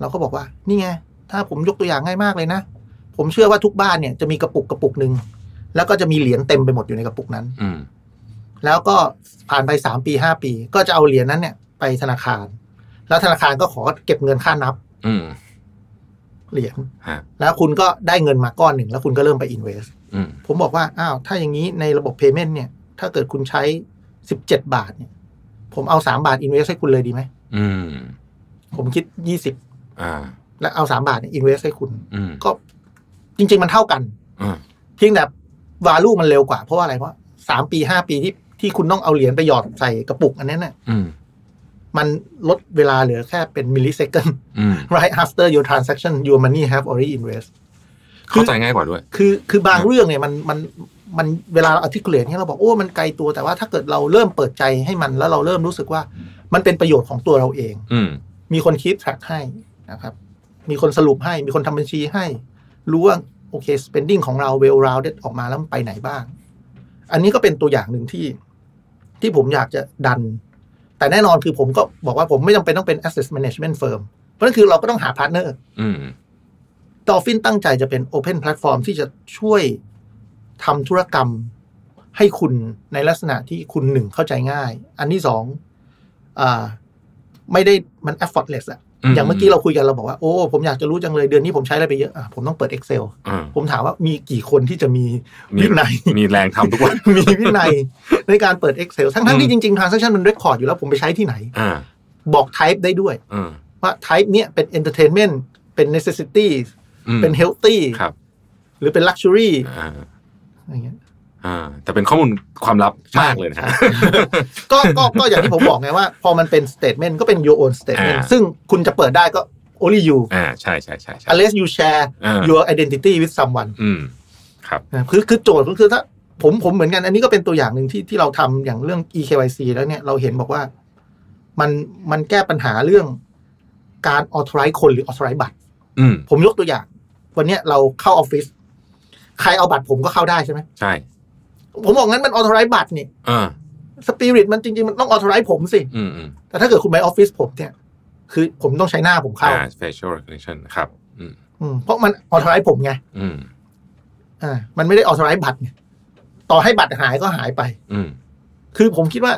Speaker 3: เราก็บอกว่า นี่ไง ถ้าผมยกตัวอย่างง่ายมากเลยนะ ผมเชื่อว่าทุกบ้านเนี่ยจะมีกระปุกกระปุกหนึ่งแล้วก็จะมีเหรียญเต็มไปหมดอยู่ในกระปุกนั้น
Speaker 2: อืม
Speaker 3: แล้วก็ผ่านไปสามปีห้าปี ก็จะเอาเหรียญนั้นเนี่ย ไปธนาคาร แล้วธนาคารก็ขอเก็บเงินค่านับ
Speaker 2: อืม
Speaker 3: เหรียญ
Speaker 2: ฮะ
Speaker 3: แล้วคุณก็ได้เงินมาก้อนหนึ่งแล้วคุณก็เริ่มไปอินเวส
Speaker 2: อืม
Speaker 3: ผมบอกว่า อ้าว ถ้าอย่างนี้ในระบบ Payment เนี่ย ถ้าเกิดคุณใช้ 17 บาทเนี่ย ผมเอา 3 บาท Invest ให้คุณเลยดีไหม
Speaker 2: อืม
Speaker 3: ผมคิด
Speaker 2: อ่า
Speaker 3: 20 แล้วเอา 3 บาทเนี่ย Invest ให้คุณ
Speaker 2: อืม
Speaker 3: ก็จริง ๆ มันเท่ากัน
Speaker 2: อ่า
Speaker 3: เพียงแต่ value มันเร็วกว่า เพราะว่าอะไร เพราะ 3 ปี 5 ปีที่ที่คุณต้องเอาเหรียญไปหยอดใส่กระปุกอันนั้นน่ะ
Speaker 2: อืม
Speaker 3: มันลดเวลาเหลือแค่เป็น millisecond
Speaker 2: อืม
Speaker 3: right after your transaction your money have already invest
Speaker 2: เข้าใจง่ายกว่าด้วย
Speaker 3: คือคือบาง
Speaker 2: ครับ
Speaker 3: เรื่องเนี่ยมันมันมันเวลาเราอธิ c u l เล e เนี่ยเราบอกโอ้มันไกลตัวแต่ว่าถ้าเกิดเราเริ่มเปิดใจให้มันแล้วเราเริ่มรู้สึกว่ามันเป็นประโยชน์ของตัวเราเอง
Speaker 2: อืม
Speaker 3: มีคนคิด track ให้นะครับ มีคนสรุปให้มีคนทำบัญชีให้ รู้ว่าโอเค spending ของเรา well rounded ออกมาแล้วมันไปไหนบ้าง อันนี้ก็เป็นตัวอย่างหนึ่งที่ที่ผมอยากจะดัน แต่แน่นอนคือผมก็บอกว่าผมไม่จำเป็นต้องเป็น asset management firm เพราะนั่นคือเราก็ต้องหาพาร์ทเนอร์
Speaker 2: อืม
Speaker 3: ดอลฟินตั้งใจจะเป็น Open Platform ที่จะช่วยทำธุรกรรมให้คุณในลักษณะที่คุณหนึ่งเข้าใจง่าย อันที่สองอาไม่ได้มัน effortless อะอย่างเมื่อกี้เราคุยกันเราบอกว่า โอ้ ผมอยากจะรู้จังเลยเดือนนี้ผมใช้อะไรไปเยอะอะผมต้องเปิด Excel
Speaker 2: อ่า
Speaker 3: ผมถามว่ามีกี่คนที่จะมี
Speaker 2: มี
Speaker 3: วินัย
Speaker 2: มีแรงทำทุกวัน
Speaker 3: มีวินัยในการเปิด Excel ทั้งๆ
Speaker 2: อื
Speaker 3: ที่
Speaker 2: ม
Speaker 3: จริง ๆ transaction มัน record อยู่แล้วผมไปใช้ที่ไหน
Speaker 2: อ่า
Speaker 3: บอก type ได้ด้วย
Speaker 2: อ่า
Speaker 3: ว่า type เนี้ยเป็น entertainment เป็น necessity
Speaker 2: อืม
Speaker 3: เป็น healthy
Speaker 2: ครับ
Speaker 3: หรือเป็น luxury
Speaker 2: อ่า
Speaker 3: อะไรเงี้ย
Speaker 2: อ่าแต่เป็นข้อมูลความลับมากเลยนะฮะ
Speaker 3: ก็ก็ก็อย่างที่ผมบอกไงว่า พอมันเป็น statement ก็เป็น your own statement
Speaker 2: อ่า
Speaker 3: ซึ่งคุณจะเปิดได้ก็ only you
Speaker 2: อ่าใช่ใช่ใช่ใช่
Speaker 3: unless you share
Speaker 2: อ่า
Speaker 3: your identity with someone
Speaker 2: อืม ครับ
Speaker 3: นะคือคือโจทย์ก็คือถ้าผมผมเหมือนกัน อันนี้ก็เป็นตัวอย่างหนึ่งที่ที่เราทำอย่างเรื่อง eKYC แล้วเนี่ยเราเห็นบอกว่ามันมันแก้ปัญหาเรื่องการ authorize คนหรือ authorize บัตร
Speaker 2: อืม
Speaker 3: ผมยกตัวอย่าง วันเนี้ยเราเข้าออฟฟิศใครเอาบัตรผมก็เข้าได้ใช่ไหม
Speaker 2: ใช่
Speaker 3: ผมบอกงั้นมัน authorize บัตรนี่
Speaker 2: อ่า
Speaker 3: สปิริตมันจริงๆมันต้อง authorize ผมสิ
Speaker 2: อืมอืม
Speaker 3: แต่ถ้าเกิดคุณไปออฟฟิศผมเนี่ย คือผมต้องใช้หน้าผมเข้า
Speaker 2: อ่า facial recognition ครับ อืม
Speaker 3: อืมเพราะมันออ t ท r i ไร e ผมไง
Speaker 2: อืม
Speaker 3: อ่ามันไม่ได้ออ t ท r i ไร e บัตรไงต่อให้บัตรหายก็หายไป
Speaker 2: อืม
Speaker 3: คือผมคิดว่า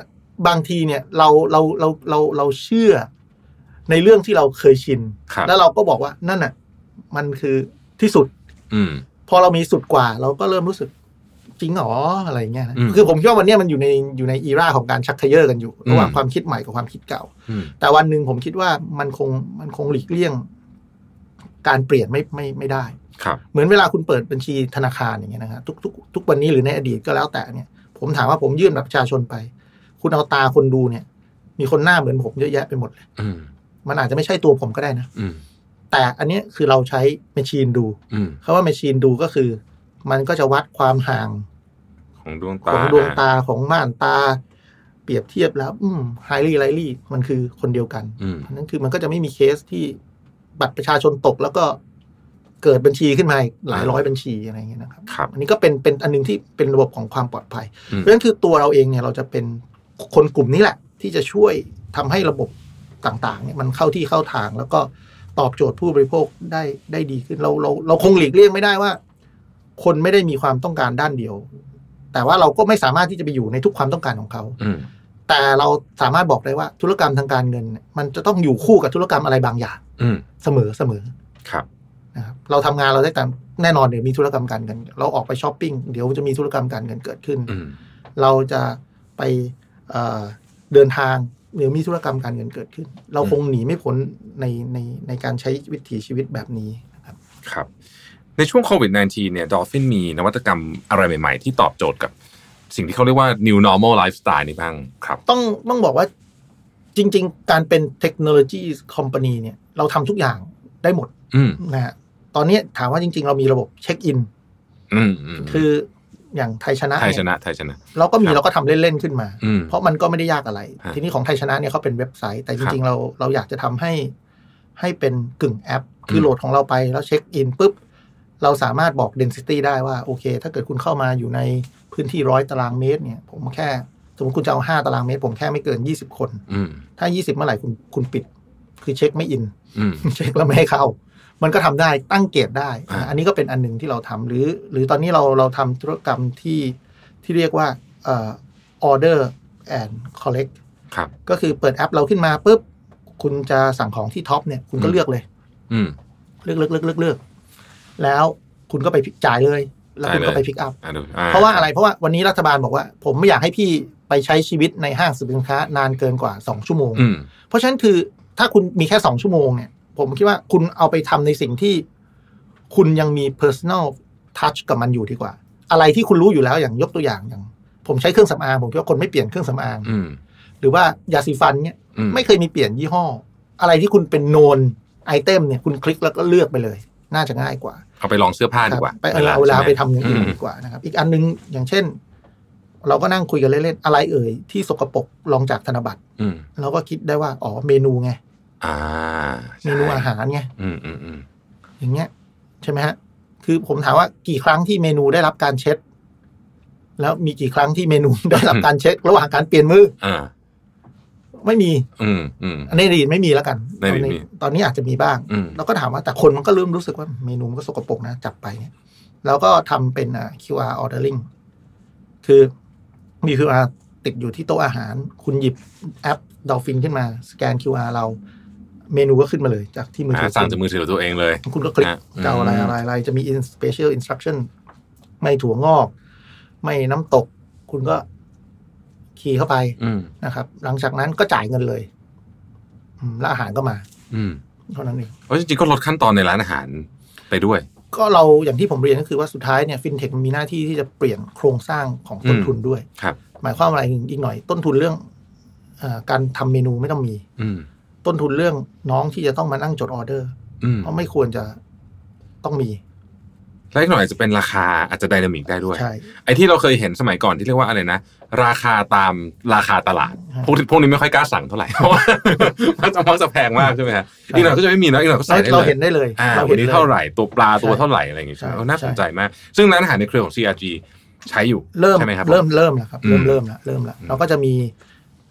Speaker 3: บางทีเนี่ยเราเราเราเราเราเชื่อในเรื่องที่เราเคยชิน
Speaker 2: ครับ
Speaker 3: แล้วเราก็บอกว่านั่นน่ะ มันคือที่สุด
Speaker 2: อืม
Speaker 3: พอเรามีสุดกว่า เราก็เริ่มรู้สึกจริงเหรออะไรอย่างเงี้ยนะ
Speaker 2: อืม
Speaker 3: คือผมคิดว่าวันเนี้ยมันอยู่ในอยู่ในอีราของการชักเขย่อกันอยู่ระหว่าง
Speaker 2: อืม
Speaker 3: ความคิดใหม่กับความคิดเก่า
Speaker 2: อืม
Speaker 3: แต่วันหนึ่งผมคิดว่ามันคงมันคงหลีกเลี่ยง การเปลี่ยนไม่ไม่ไม่ได้
Speaker 2: ครับ
Speaker 3: เหมือนเวลาคุณเปิดบัญชีธนาคารอย่างเงี้ยนะฮะทุกทุกทุกวันนี้หรือในอดีตก็แล้วแต่เนี่ย ผมถามว่าผมยื่นบัตรประชาชนไป คุณเอาตาคนดูเนี่ย มีคนหน้าเหมือนผมเยอะแยะไปหมดเลย
Speaker 2: อืม
Speaker 3: มันอาจจะไม่ใช่ตัวผมก็ได้นะ
Speaker 2: อืม
Speaker 3: แต่อันเนี้ยคือเราใช้แมชชีนดู
Speaker 2: อืม
Speaker 3: คาว่าแมชชีนดูก็คือ มันก็จะวัดความห่าง
Speaker 2: ของดวง
Speaker 3: ข
Speaker 2: ตา
Speaker 3: องดวงตาของม่านตา เปรียบเทียบแล้ว อืมไฮรี่ไลลี่มันคือคนเดียวกัน
Speaker 2: อืม
Speaker 3: อันนั้นคือมันก็จะไม่มีเคสที่บัตรประชาชนตกแล้วก็เกิดบัญชีขึ้นมาอีกหลายร้อยบัญชีอะไรอย่างเงี้ยนะครับ
Speaker 2: ครับ
Speaker 3: อันนี้ก็เป็นเป็นอันหนึงที่เป็นระบบของความปลอดภัย
Speaker 2: อืม
Speaker 3: เพราะฉะนั้นคือตัวเราเองเนี่ยเราจะเป็นคนกลุ่มนี้แหละ ที่จะช่วยทำให้ระบบต่างๆเนี่ยมันเข้าที่เข้าทาง แล้วก็ตอบโจทย์ผู้บริโภคได้ได้ดีขึ้นเราเราเราคงหลีกเลี่ยงไม่ได้ว่า คนไม่ได้มีความต้องการด้านเดียว แต่ว่าเราก็ไม่สามารถที่จะไปอยู่ในทุกความต้องการของเขา
Speaker 2: อืม
Speaker 3: แต่เราสามารถบอกได้ว่าธุรกรรมทางการเงินเนี่ยมันจะต้องอยู่คู่กับธุรกรรมอะไรบางอย่าง
Speaker 2: อืม
Speaker 3: เสมอเสมอ
Speaker 2: ครับ
Speaker 3: นะครับเราทำงานเราได้แต่แน่นอนเดี๋ยวมีธุรกรรมการเงิน เราออกไปช้อปปิ้งเดี๋ยวจะมีธุรกรรมการเงินเกิดขึ้น
Speaker 2: อืม
Speaker 3: เราจะไปเอ่อเดินทางหรือมีธุรกรรมการเงินเกิดขึ้น เราคงหนีไม่พ้นในในในการใช้วิถีชีวิตแบบนี้นะครับ
Speaker 2: ครับ ในช่วงโควิด -19 เนี่ยดอลฟินมีนวัตกรรมอะไรใหม่ ๆ ที่ตอบโจทย์กับสิ่งที่เขาเรียกว่า new normal lifestyle นี่บ้างครับ
Speaker 3: ต้องต้องบอกว่าจริง ๆ การเป็นเทคโนโลยีคอมพานีเนี่ยเราทำทุกอย่างได้หมด
Speaker 2: อืม
Speaker 3: นะฮะตอนนี้ถามว่าจริง ๆ เรามีระบบเช็คอิน
Speaker 2: อืมอืม
Speaker 3: คืออย่างไทยชนะ
Speaker 2: ไทย
Speaker 3: เนี่
Speaker 2: ช
Speaker 3: ย
Speaker 2: นะไทยชนะ
Speaker 3: เราก็มี
Speaker 2: ครับ
Speaker 3: เราก็ทำเล่น ๆ ขึ้นมา
Speaker 2: อืม
Speaker 3: เพราะมันก็ไม่ได้ยากอะไร
Speaker 2: ฮะ
Speaker 3: ทีนี้ของไทยชนะเนี่ยเขาเป็นเว็บไซต์ แต่จ
Speaker 2: ครั
Speaker 3: ริ
Speaker 2: บ
Speaker 3: ง ๆ เราเราอยากจะทำให้ให้เป็นกึ่งแอป คือ
Speaker 2: ม
Speaker 3: โหลดของเราไปแล้วเช็คอินปุ๊บ เราสามารถบอก density ได้ว่า โอเค ถ้าเกิดคุณเข้ามาอยู่ในพื้นที่ร้อยตารางเมตรเนี่ย ผมแค่ สมมติคุณจะเอา 5 ตารางเมตร ผมแค่ไม่เกิน 20 คน
Speaker 2: อืม
Speaker 3: ถ้า 20 เมื่อไหร่คุณคุณปิด คือเช็คไม่อิน
Speaker 2: อืม
Speaker 3: เช็คแล้วไม่ให้เข้า มันก็ทำได้ตั้งเกตได้
Speaker 2: อ่า
Speaker 3: อ่ะอันนี้ก็เป็นอันหนึ่งที่เราทำหรือ หรือตอนนี้เราเราทำธุรกรรมที่ที่เรียกว่าเอ่อ order and collect
Speaker 2: ครับ
Speaker 3: ก็คือเปิดแอปเราขึ้นมาปุ๊บ คุณจะสั่งของที่ท็อปเนี่ย คุณก็
Speaker 2: อืม
Speaker 3: เลือกเลย
Speaker 2: อืม
Speaker 3: เลือกเลือกเลือกเลือกเลือกแล้วคุณก็ไปพิกจ่ายเลย แล้วคุณก็
Speaker 2: จ่ายเลย
Speaker 3: ไปพิกอัพ
Speaker 2: อ่ะดูอ่
Speaker 3: เพราะว่าอะไรเพราะว่าวันนี้รัฐบาลบอกว่า ผมไม่อยากให้พี่ไปใช้ชีวิตในห้างสรรพสินค้านานเกินกว่า 2 ชั่วโมง
Speaker 2: อืม
Speaker 3: เพราะฉะนั้นคือถ้าคุณมีแค่สองชั่วโมงเนี่ย ผมคิดว่าคุณเอาไปทำในสิ่งที่ คุณยังมี personal touch กับมันอยู่ดีกว่า อะไรที่คุณรู้อยู่แล้วอย่างยกตัวอย่างอย่าง ผมใช้เครื่องสำอางผมคิดว่าคนไม่เปลี่ยนเครื่องสำอาง
Speaker 2: อืม
Speaker 3: หรือว่ายาสีฟันเนี่ย
Speaker 2: อืม
Speaker 3: ไม่เคยมีเปลี่ยนยี่ห้อ อะไรที่คุณเป็นโนนไอเทมเนี่ยคุณคลิกแล้วก็เลือกไปเลย น่าจะง่ายกว่า
Speaker 2: เอาไปลองเสื้อผ้าดีกว่า
Speaker 3: ครับไปเอาเวลา
Speaker 2: ใช่หม
Speaker 3: ไปทำอย่างอื่น
Speaker 2: ม
Speaker 3: ดีกว่านะครับ อีกอันนึงอย่างเช่น เราก็นั่งคุยกันเล่นๆอะไรเอ่ยที่สกปรกลองจากธนบัตร
Speaker 2: อืม
Speaker 3: เราก็คิดได้ว่าอ๋อเมนูไง
Speaker 2: อ่า
Speaker 3: เมนูอาหารไง
Speaker 2: อืมอืมอืม
Speaker 3: อย่างเงี้ย ใช่ไหมฮะ คือผมถามว่ากี่ครั้งที่เมนูได้รับการเช็ด แล้วมีกี่ครั้งที่เมนู ได้รับการเช็ดระหว่างการเปลี่ยนมือ
Speaker 2: อ่า
Speaker 3: ไม่มี
Speaker 2: อืมอืม
Speaker 3: ในอดีตไม่มีแล้วกัน
Speaker 2: ในอดีตมี
Speaker 3: ตอนนี้อาจจะมีบ้าง
Speaker 2: อืม
Speaker 3: เราก็ถามว่าแต่คนมันก็เริ่มรู้สึกว่าเมนูมันก็สกปรกนะ จับไปเนี่ยแล้วก็ทำเป็นอ่า QR ordering คือมี QR ติดอยู่ที่โต๊ะอาหาร คุณหยิบแอปดอลฟินขึ้นมา สแกน QR เรา เมนูก็ขึ้นมาเลยจากที่มือถื
Speaker 2: อ่า
Speaker 3: อ
Speaker 2: สั่ง
Speaker 3: คุณ
Speaker 2: จากมือถือตัวเองเลย
Speaker 3: คุณก็คลิก
Speaker 2: นะ
Speaker 3: เก่าอะไรอะไรอะไรจะมี in special instruction ไม่ถั่วงอก ไม่น้ำตก คุณก็ขี่เข้าไป
Speaker 2: อืม
Speaker 3: นะครับ หลังจากนั้นก็จ่ายเงินเลยอืมแล้วอาหารก็มา
Speaker 2: อืม
Speaker 3: เท่านั้นเอง
Speaker 2: เพราะจริงๆก็ลดขั้นตอนในร้านอาหารไปด้วย
Speaker 3: ก็เราอย่างที่ผมเรียนก็คือว่าสุดท้ายเนี่ยฟินเทคมีหน้าที่ที่จะเปลี่ยนโครงสร้างของต้นทุนด้วย
Speaker 2: ครับ
Speaker 3: หมายความว่าอะไรอีกหน่อย ต้นทุนเรื่องเออการทำเมนูไม่ต้องมี
Speaker 2: อืม
Speaker 3: ต้นทุนเรื่องน้องที่จะต้องมานั่งจดออเดอร์
Speaker 2: อืม
Speaker 3: เพราะไม่ควรจะต้องมี
Speaker 2: แล้วอีกหน่อยจะเป็นราคาอาจจะไดนามิกได้ด้วย
Speaker 3: ใช่
Speaker 2: ไอ้ที่เราเคยเห็นสมัยก่อนที่เรียกว่าอะไรนะ ราคาตามราคาตลาด
Speaker 3: ฮะ
Speaker 2: พวกพวกนี้ไม่ค่อยกล้าสั่งเท่าไหร่ เพราะว่ามันจะมันจะแพงมากใช่ไหมฮะ
Speaker 3: ใช่
Speaker 2: อีกหน่อยก็จะไม่มีนะอีกหน่อยก็ใส่ได้
Speaker 3: เรา
Speaker 2: เลย
Speaker 3: เห็นได้เลย
Speaker 2: อ่า
Speaker 3: เรา
Speaker 2: วั
Speaker 3: เห็
Speaker 2: น
Speaker 3: น
Speaker 2: นี้
Speaker 3: เลย
Speaker 2: เท่าไหร่ตัวปลาตัว
Speaker 3: ใช่
Speaker 2: เท่าไหร่อะไรอย่างงี้ใช่ไหม
Speaker 3: ใช่
Speaker 2: เออน่าส
Speaker 3: ใช่
Speaker 2: นใจมาก ซึ่งร้านอาหารในเครือของ CRG ใช้อยู่
Speaker 3: เริ่ม
Speaker 2: ใช่ไหมครับ
Speaker 3: เริ่มเริ่มแล้วครับเริ่ม
Speaker 2: อืม
Speaker 3: เริ่มแล้วเริ่มแล้ว
Speaker 2: อืม
Speaker 3: เราก็จะมี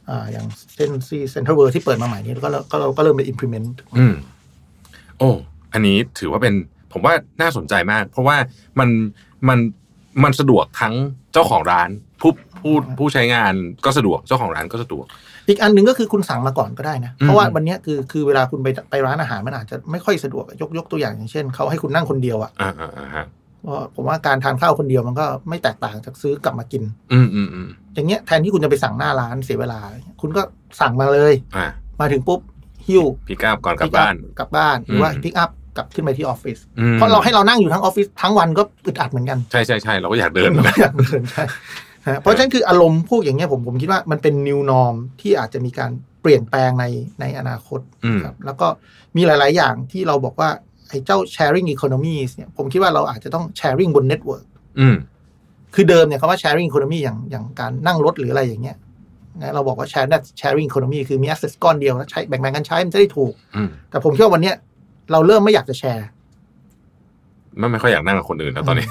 Speaker 3: อ่าอย่างเช่นที่เซ็นทรัลเวิร์ที่เปิดมาใหม่นี้แล้วก็เราก็เราก็เริ่มไป implement
Speaker 2: อืม โอ้ อันนี้ถือว่าเป็นผมว่าน่าสนใจมาก เพราะว่ามันมันมันสะดวกทั้งเจ้าของร้านผู้ผู้ผู้ใช้งานก็สะดวกเจ้าของร้านก็สะดวก
Speaker 3: อีกอันหนึ่งก็คือคุณสั่งมาก่อนก็ได้นะ
Speaker 2: อืม
Speaker 3: เพราะว่าวันเนี้ยคือคือเวลาคุณไปไปร้านอาหารมันอาจจะไม่ค่อยสะดวกยกยกตัวอย่างอย่างเช่นเขาให้คุณนั่งคนเดียวอะ
Speaker 2: อ่าอ่าอ่าฮะ
Speaker 3: เพราะผมว่าการทานข้าวคนเดียวมันก็ไม่แตกต่างจากซื้อกลับมากิน
Speaker 2: อืมอืมอืม
Speaker 3: อย่างเงี้ยแทนที่คุณจะไปสั่งหน้าร้านเสียเวลา คุณก็สั่งมาเลย
Speaker 2: อ่า
Speaker 3: มาถึงปุ๊บหิ้ว
Speaker 2: พิกอัพก่อนกลับบ้าน
Speaker 3: กลับบ้านหรือว่า
Speaker 2: อืม
Speaker 3: พิกอัพกลับขึ้นไปที่ออฟฟิศ
Speaker 2: อืม
Speaker 3: เพราะเราให้เรานั่งอยู่ทั้งออฟฟิศทั้งวันก็อึดอัดเหมือนกัน
Speaker 2: ใช่ใช่ใช่เราก็อยากเดิน
Speaker 3: ไม่อยากเดินใช่ฮะเพราะฉะนั้นคืออารมณ์พวกอย่างเงี้ยผมผมคิดว่ามันเป็น new norm ที่อาจจะมีการเปลี่ยนแปลงในในอนาคต
Speaker 2: อืม
Speaker 3: ครับแล้วก็มีหลาย ๆ อย่างที่เราบอกว่าไอ้เจ้า sharing economies เนี่ยผมคิดว่าเราอาจจะต้อง sharing บน network
Speaker 2: อืม
Speaker 3: คือเดิมเนี่ยคำว่า sharing economy อย่างอย่างการนั่งรถหรืออะไรอย่างเงี้ยนะเราบอกว่า share sharing economy คือมี asset ก้อนเดียวแล้วใช้แบ่งๆกันใช้มันจะได้ถูก
Speaker 2: อืม
Speaker 3: แต่ผมคิดว่าวันเนี้ยเราเริ่มไม่อยากจะแชร์
Speaker 2: ไม่ไม่ค่อยอยากนั่งกับคนอื่นแล้วตอนนี้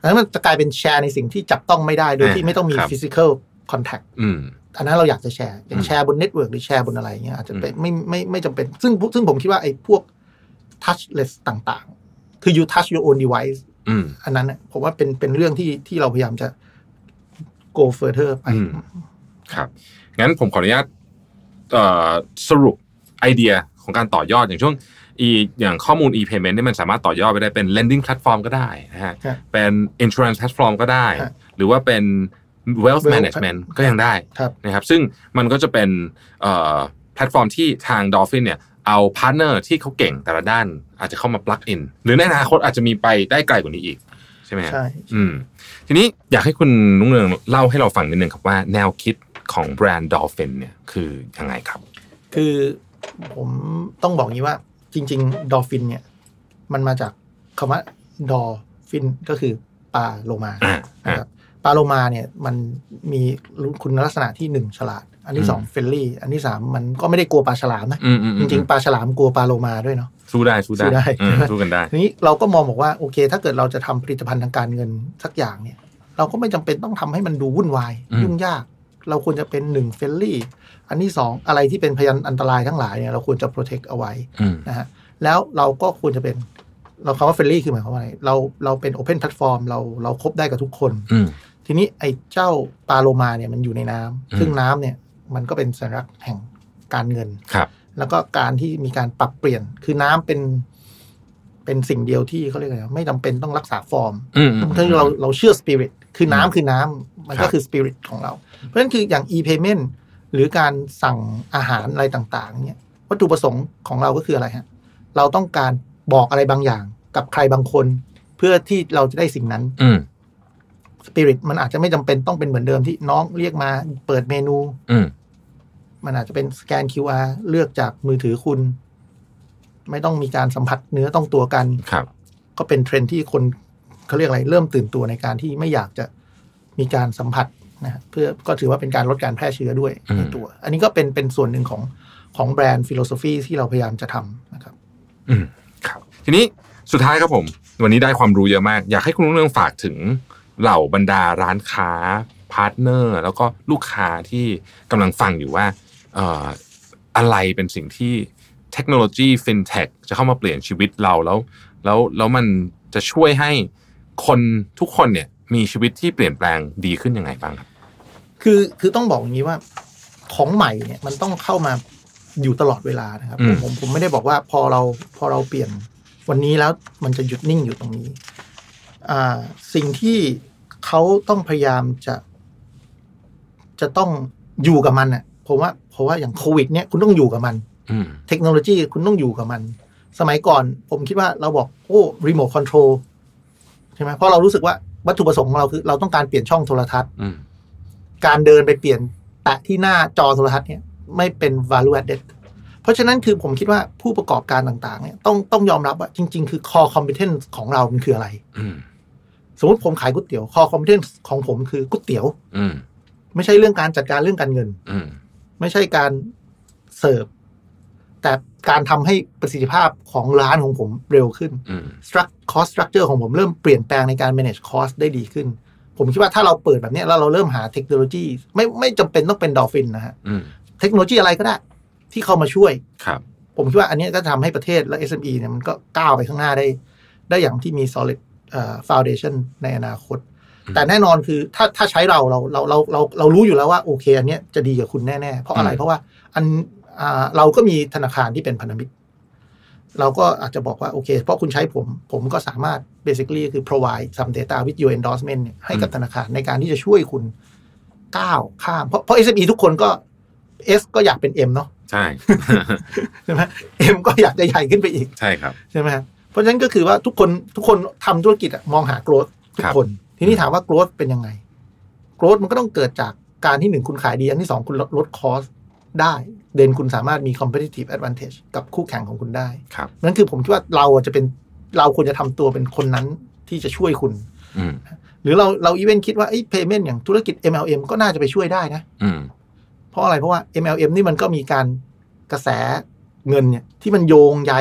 Speaker 3: ดังนั้นมันจะกลายเป็นแชร์ในสิ่งที่จับต้องไม่ได้โดยที่ไม่ต้องมี
Speaker 2: ครับ
Speaker 3: physical contact
Speaker 2: อืม
Speaker 3: อันนั้นเราอยากจะแชร์อย่า
Speaker 2: อื
Speaker 3: ง
Speaker 2: ม
Speaker 3: แชร์บนเน็ตเวิร์กหรือแชร์บนอะไรเงี้ยอาจจะเป็น
Speaker 2: อืม
Speaker 3: ไม่ไม่ไม่จำเป็น ซึ่งซึ่งผมคิดว่าไอ้พวก touchless ต่างๆ คือ you touch your own device
Speaker 2: อืม
Speaker 3: อันนั้นน่ะผมว่าเป็นเป็นเรื่องที่ที่เราพยายามจะ go further ไป
Speaker 2: อืม ครับ งั้นผมขออนุญาตเอ่อสรุปไอเดียของการต่อยอดอย่างช่วงอีอย่างข้อมูล e-payment เนี่ยมันสามารถต่อยอดไปได้เป็น lending platform ก็ได้นะฮะ
Speaker 3: ครับ
Speaker 2: เป็น insurance platform ก็ได้
Speaker 3: ครับ
Speaker 2: หรือว่าเป็น wealth
Speaker 3: Wealth
Speaker 2: management ก็ยังได้
Speaker 3: ครับ
Speaker 2: นะครับซึ่งมันก็จะเป็นเอ่อแพลตฟอร์มที่ทาง Dolphin เนี่ยเอาพาร์ n เนอร์ที่เขาเก่งแต่ละด้านอาจจะเข้ามา plug in หรือในอนาคตอาจจะมีไปได้ไกลกว่านี้อีก ใช่ไหมฮะ
Speaker 3: ใช่
Speaker 2: อืมทีนี้อยากให้คุณนุ่งเรืองเล่าให้เราฟังนิดนึงครับว่าแนวคิดของแบรนด์ดอลฟินเนี่ยคือยังไงครับ
Speaker 3: คือผมต้องบอกงี้ว่าจริง ๆ ดอฟินเนี่ย มันมาจากคำว่าดอฟินก็คือปลาโลมา
Speaker 2: อ่า
Speaker 3: นะครับปลาโลมาเนี่ยมันมีคุณลักษณะที่หนึ่งฉลาด อันที่สองเฟลลี่ อันที่สามมันก็ไม่ได้กลัวปลาฉลามนะ
Speaker 2: อืมอืม
Speaker 3: จริง ๆ ปลาฉลามกลัวปลาโลมาด้วยเนาะ
Speaker 2: สู้ได้สู้
Speaker 3: สู้ได้
Speaker 2: ได้อืมสู้กันได้
Speaker 3: ทีนี้เราก็มองบอกว่าโอเค ถ้าเกิดเราจะทำผลิตภัณฑ์ทางการเงินสักอย่างเนี่ย เราก็ไม่จำเป็นต้องทำให้มันดูวุ่นวาย
Speaker 2: อืม
Speaker 3: ยุ่งยาก เราควรจะเป็นหนึ่งเฟลลี่อันที่สองอะไรที่เป็นพยันอันตรายทั้งหลายเนี่ยเราควรจะ protect เอาไว้
Speaker 2: อืม
Speaker 3: นะฮะแล้วเราก็ควรจะเป็นเราคำว่าเฟรนลี่คือหมายความว่าอะไรเราเราเป็นโอเพนแพลตฟอร์มเราเราครบได้กับทุกคน
Speaker 2: อืม
Speaker 3: ทีนี้ไอ้เจ้าปลาโลมาเนี่ยมันอยู่ในน้ำ
Speaker 2: อืม
Speaker 3: ซึ่งน้ำเนี่ยมันก็เป็นสัญลักษณ์แห่งการเงิน
Speaker 2: ครับ
Speaker 3: แล้วก็การที่มีการปรับเปลี่ยนคือน้ำเป็น เป็นสิ่งเดียวที่เขาเรียกอะไรนะไม่จำเป็นต้องรักษาฟอร์ม
Speaker 2: อืมอืม
Speaker 3: คือเราเราเชื่อสปิริตคือน้ำ
Speaker 2: อืม
Speaker 3: คือน้ำมัน
Speaker 2: ครั
Speaker 3: ก็
Speaker 2: บ
Speaker 3: คือสปิริตของเรา เพราะฉะนั้นคืออย่าง e-payment หรือการสั่งอาหารอะไรต่างๆเนี่ยวัตถุประสงค์ของเราก็คืออะไรฮะเราต้องการบอกอะไรบางอย่างกับใครบางคน เพื่อที่เราจะได้สิ่งนั้น
Speaker 2: อืม
Speaker 3: สปิริตมันอาจจะไม่จำเป็นต้องเป็นเหมือนเดิมที่น้องเรียกมาเปิดเมนู
Speaker 2: อืม
Speaker 3: มันอาจจะเป็นสแกน QR เลือกจากมือถือคุณ ไม่ต้องมีการสัมผัสเนื้อต้องตัวกัน
Speaker 2: ครับ
Speaker 3: ก็เป็นเทรนด์ที่คนเขาเรียกอะไรเริ่มตื่นตัวในการที่ไม่อยากจะมีการสัมผัสนะฮะเพื่อก็ถือว่าเป็นการลดการแพร่เชื้อด้วยในตัว อันนี้ก็เป็นเป็นส่วนหนึ่งของของแบรนด์ฟิโลโซฟีที่เราพยายามจะทำนะครับ
Speaker 2: อืมครับ ทีนี้สุดท้ายครับผม วันนี้ได้ความรู้เยอะมาก อยากให้คุณนุ่งเรืองฝากถึงเหล่าบรรดาร้านค้าพาร์ทเนอร์ แล้วก็ลูกค้าที่กำลังฟังอยู่ว่าเอ่ออะไรเป็นสิ่งที่เทคโนโลยีฟินเทคจะเข้ามาเปลี่ยนชีวิตเราแล้ว แล้วแล้วมันจะช่วยให้คนทุกคนเนี่ยมีชีวิตที่เปลี่ยนแปลงดีขึ้นยังไงบ้างครับ
Speaker 3: คือคือต้องบอกอย่างนี้ว่าของใหม่เนี่ยมันต้องเข้ามาอยู่ตลอดเวลานะครับ
Speaker 2: อืม
Speaker 3: ผมผมไม่ได้บอกว่าพอเราพอเราเปลี่ยนวันนี้แล้วมันจะหยุดนิ่งอยู่ตรงนี้อ่าสิ่งที่เขาต้องพยายามจะ จะต้องอยู่กับมันน่ะผมว่าเพราะว่าอย่างโควิด เนี่ยคุณต้องอยู่กับมัน
Speaker 2: อืม
Speaker 3: เทคโนโลยีคุณต้องอยู่กับมัน สมัยก่อนผมคิดว่าเราบอก โอ้รีโมทคอนโทรลใช่ไหมเพราะเรารู้สึกว่าวัตถุประสงค์ของเราคือเราต้องการเปลี่ยนช่องโทรทัศน์
Speaker 2: อืม
Speaker 3: การเดินไปเปลี่ยนแตะที่หน้าจอโทรทัศน์เนี่ยไม่เป็น value added เพราะฉะนั้นคือผมคิดว่าผู้ประกอบการต่างๆเนี่ยต้องต้องยอมรับว่าจริง ๆ คือ core competence ของเรา มันคืออะไร
Speaker 2: อืม
Speaker 3: สมมติผมขายก๋วยเตี๋ยว core competence ของผมคือก๋วยเตี๋ยว
Speaker 2: อืม
Speaker 3: ไม่ใช่เรื่องการจัดการเรื่องการเงิน
Speaker 2: อืม
Speaker 3: ไม่ใช่การเสิร์ฟแต่การทำให้ประสิทธิภาพของร้านของผมเร็วขึ้น
Speaker 2: อืม
Speaker 3: cost structure ของผมเริ่มเปลี่ยนแปลงในการ manage cost ได้ดีขึ้น ผมคิดว่าถ้าเราเปิดแบบเนี้ยแล้วเราเริ่มหาเทคโนโลยีไม่ไม่จำเป็นต้องเป็นดอฟินนะฮะ
Speaker 2: อืม
Speaker 3: เทคโนโลยีอะไรก็ได้ที่เข้ามาช่วย
Speaker 2: ครับ
Speaker 3: ผมคิดว่าอันเนี้ยก็ทำให้ประเทศและ SME เนี่ยมันก็ก้าวไปข้างหน้าได้ ได้อย่างที่มี solid เอ่อ foundation ในอนาคต แต่แน่นอนคือถ้าถ้าใช้เราเราเราเราเราเรารู้อยู่แล้วว่าโอเค อันเนี้ยจะดีกับคุณแน่ๆ เพราะอะไรเพราะว่าอันอ่าเราก็มีธนาคารที่เป็นพันธมิตร เราก็อาจจะบอกว่าโอเค เพราะคุณใช้ผม ผมก็สามารถ basically คือ provide some data with your endorsement เนี่ยให้กับธนาคารในการที่จะช่วยคุณก้าวข้ามเพราะเพราะ SME ทุกคนก็ S ก็อยากเป็น M เนาะ
Speaker 2: ใช่
Speaker 3: ใช่ไหมเอ็มก็อยากจะใหญ่ขึ้นไปอีก
Speaker 2: ใช่ครับ
Speaker 3: ใช่ไหมฮะเพราะฉะนั้นก็คือว่าทุกคนทุกคนทำธุรกิจอะมองหา growth ทุ
Speaker 2: ครั
Speaker 3: ก
Speaker 2: บ
Speaker 3: คน ทีนี้ถามว่า growth เป็นยังไง growth มันก็ต้องเกิดจากการที่หนึ่งคุณขายดี อันที่สองคุณลดลด cost ได้ เด่นคุณสามารถมี competitive advantage กับคู่แข่งของคุณได้
Speaker 2: ครับ
Speaker 3: นั่นคือผมคิดว่าเราอะจะเป็นเราควรจะทำตัวเป็นคนนั้นที่จะช่วยคุณ
Speaker 2: อืม
Speaker 3: หรือเราเราอีเวนต์คิดว่าไอ้ payment อย่างธุรกิจ MLM ก็น่าจะไปช่วยได้นะ
Speaker 2: อืม
Speaker 3: เพราะอะไรเพราะว่า MLM นี่มันก็มีการกระแสเงินเนี่ยที่มันโยงใย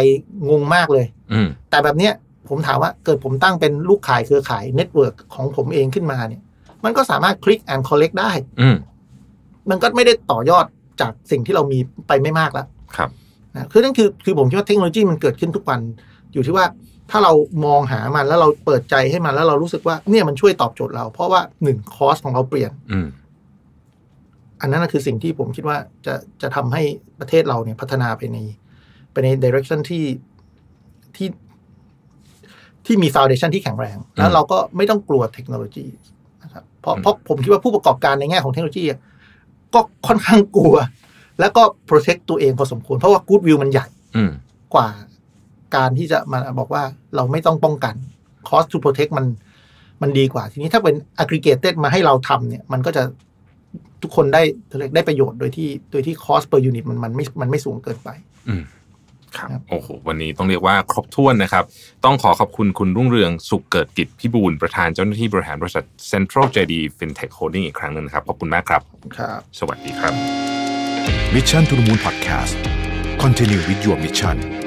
Speaker 3: งงมากเลย
Speaker 2: อืม
Speaker 3: แต่แบบเนี้ยผมถามว่าเกิดผมตั้งเป็นลูกขายเครือข่ายเน็ตเวิร์กของผมเองขึ้นมาเนี่ย มันก็สามารถคลิก and collect ได้
Speaker 2: อืม
Speaker 3: มันก็ไม่ได้ต่อยอดจากสิ่งที่เรามีไปไม่มากแล้ว
Speaker 2: ครับ
Speaker 3: นะคือนั่นคือคือผมคิดว่าเทคโนโลยีมันเกิดขึ้นทุกวัน อยู่ที่ว่า ถ้าเรามองหามันแล้วเราเปิดใจให้มันแล้วเรารู้สึกว่าเนี่ยมันช่วยตอบโจทย์เรา เพราะว่าหนึ่งคอสของเราเปลี่ยน
Speaker 2: อืม
Speaker 3: อันนั้นนะคือสิ่งที่ผมคิดว่าจะจะทำให้ประเทศเราเนี่ยพัฒนาไปในไปในดิเรกชันที่ที่ที่มีฟาวเดชันที่แข็งแรง แล้
Speaker 2: อื
Speaker 3: ว
Speaker 2: ม
Speaker 3: เราก็ไม่ต้องกลัวเทคโนโลยีนะครับเพราะ
Speaker 2: อืม
Speaker 3: เพราะผมคิดว่าผู้ประกอบการในแง่ของเทคโนโลยีอะก็ค่อนข้างกลัว แล้วก็โปรเทคตัวเองพอสมควร เพราะว่ากู d วิวมันใหญ่
Speaker 2: อืม
Speaker 3: กว่าการที่จะมาบอกว่าเราไม่ต้องป้องกันคอส to protect มันมันดีกว่า ทีนี้ถ้าเป็น aggregated มาให้เราทำเนี่ยมันก็จะทุกคนได้ได้ประโยชน์โดยที่โดยที่ cost per unit มันมันไม่มันไม่สูงเกินไป
Speaker 2: ครับ
Speaker 3: ครับ
Speaker 2: โอ้โหวันนี้ต้องเรียกว่าครบถ้วนนะครับ ต้องขอขอบคุณคุณรุ่งเรืองสุขเกิดกิจพิบูลประธานเจ้าหน้าที่บริหารบริษัท Central JD FinTech Holding อีกครั้งหนึ่งนะครับ ขอบคุณมากครับ
Speaker 3: ครับ
Speaker 2: สวัสดีครับ
Speaker 1: มิชชั่นทุ h มูลพอดแคสต์คอนเทนิววิดีโอมิชชั่น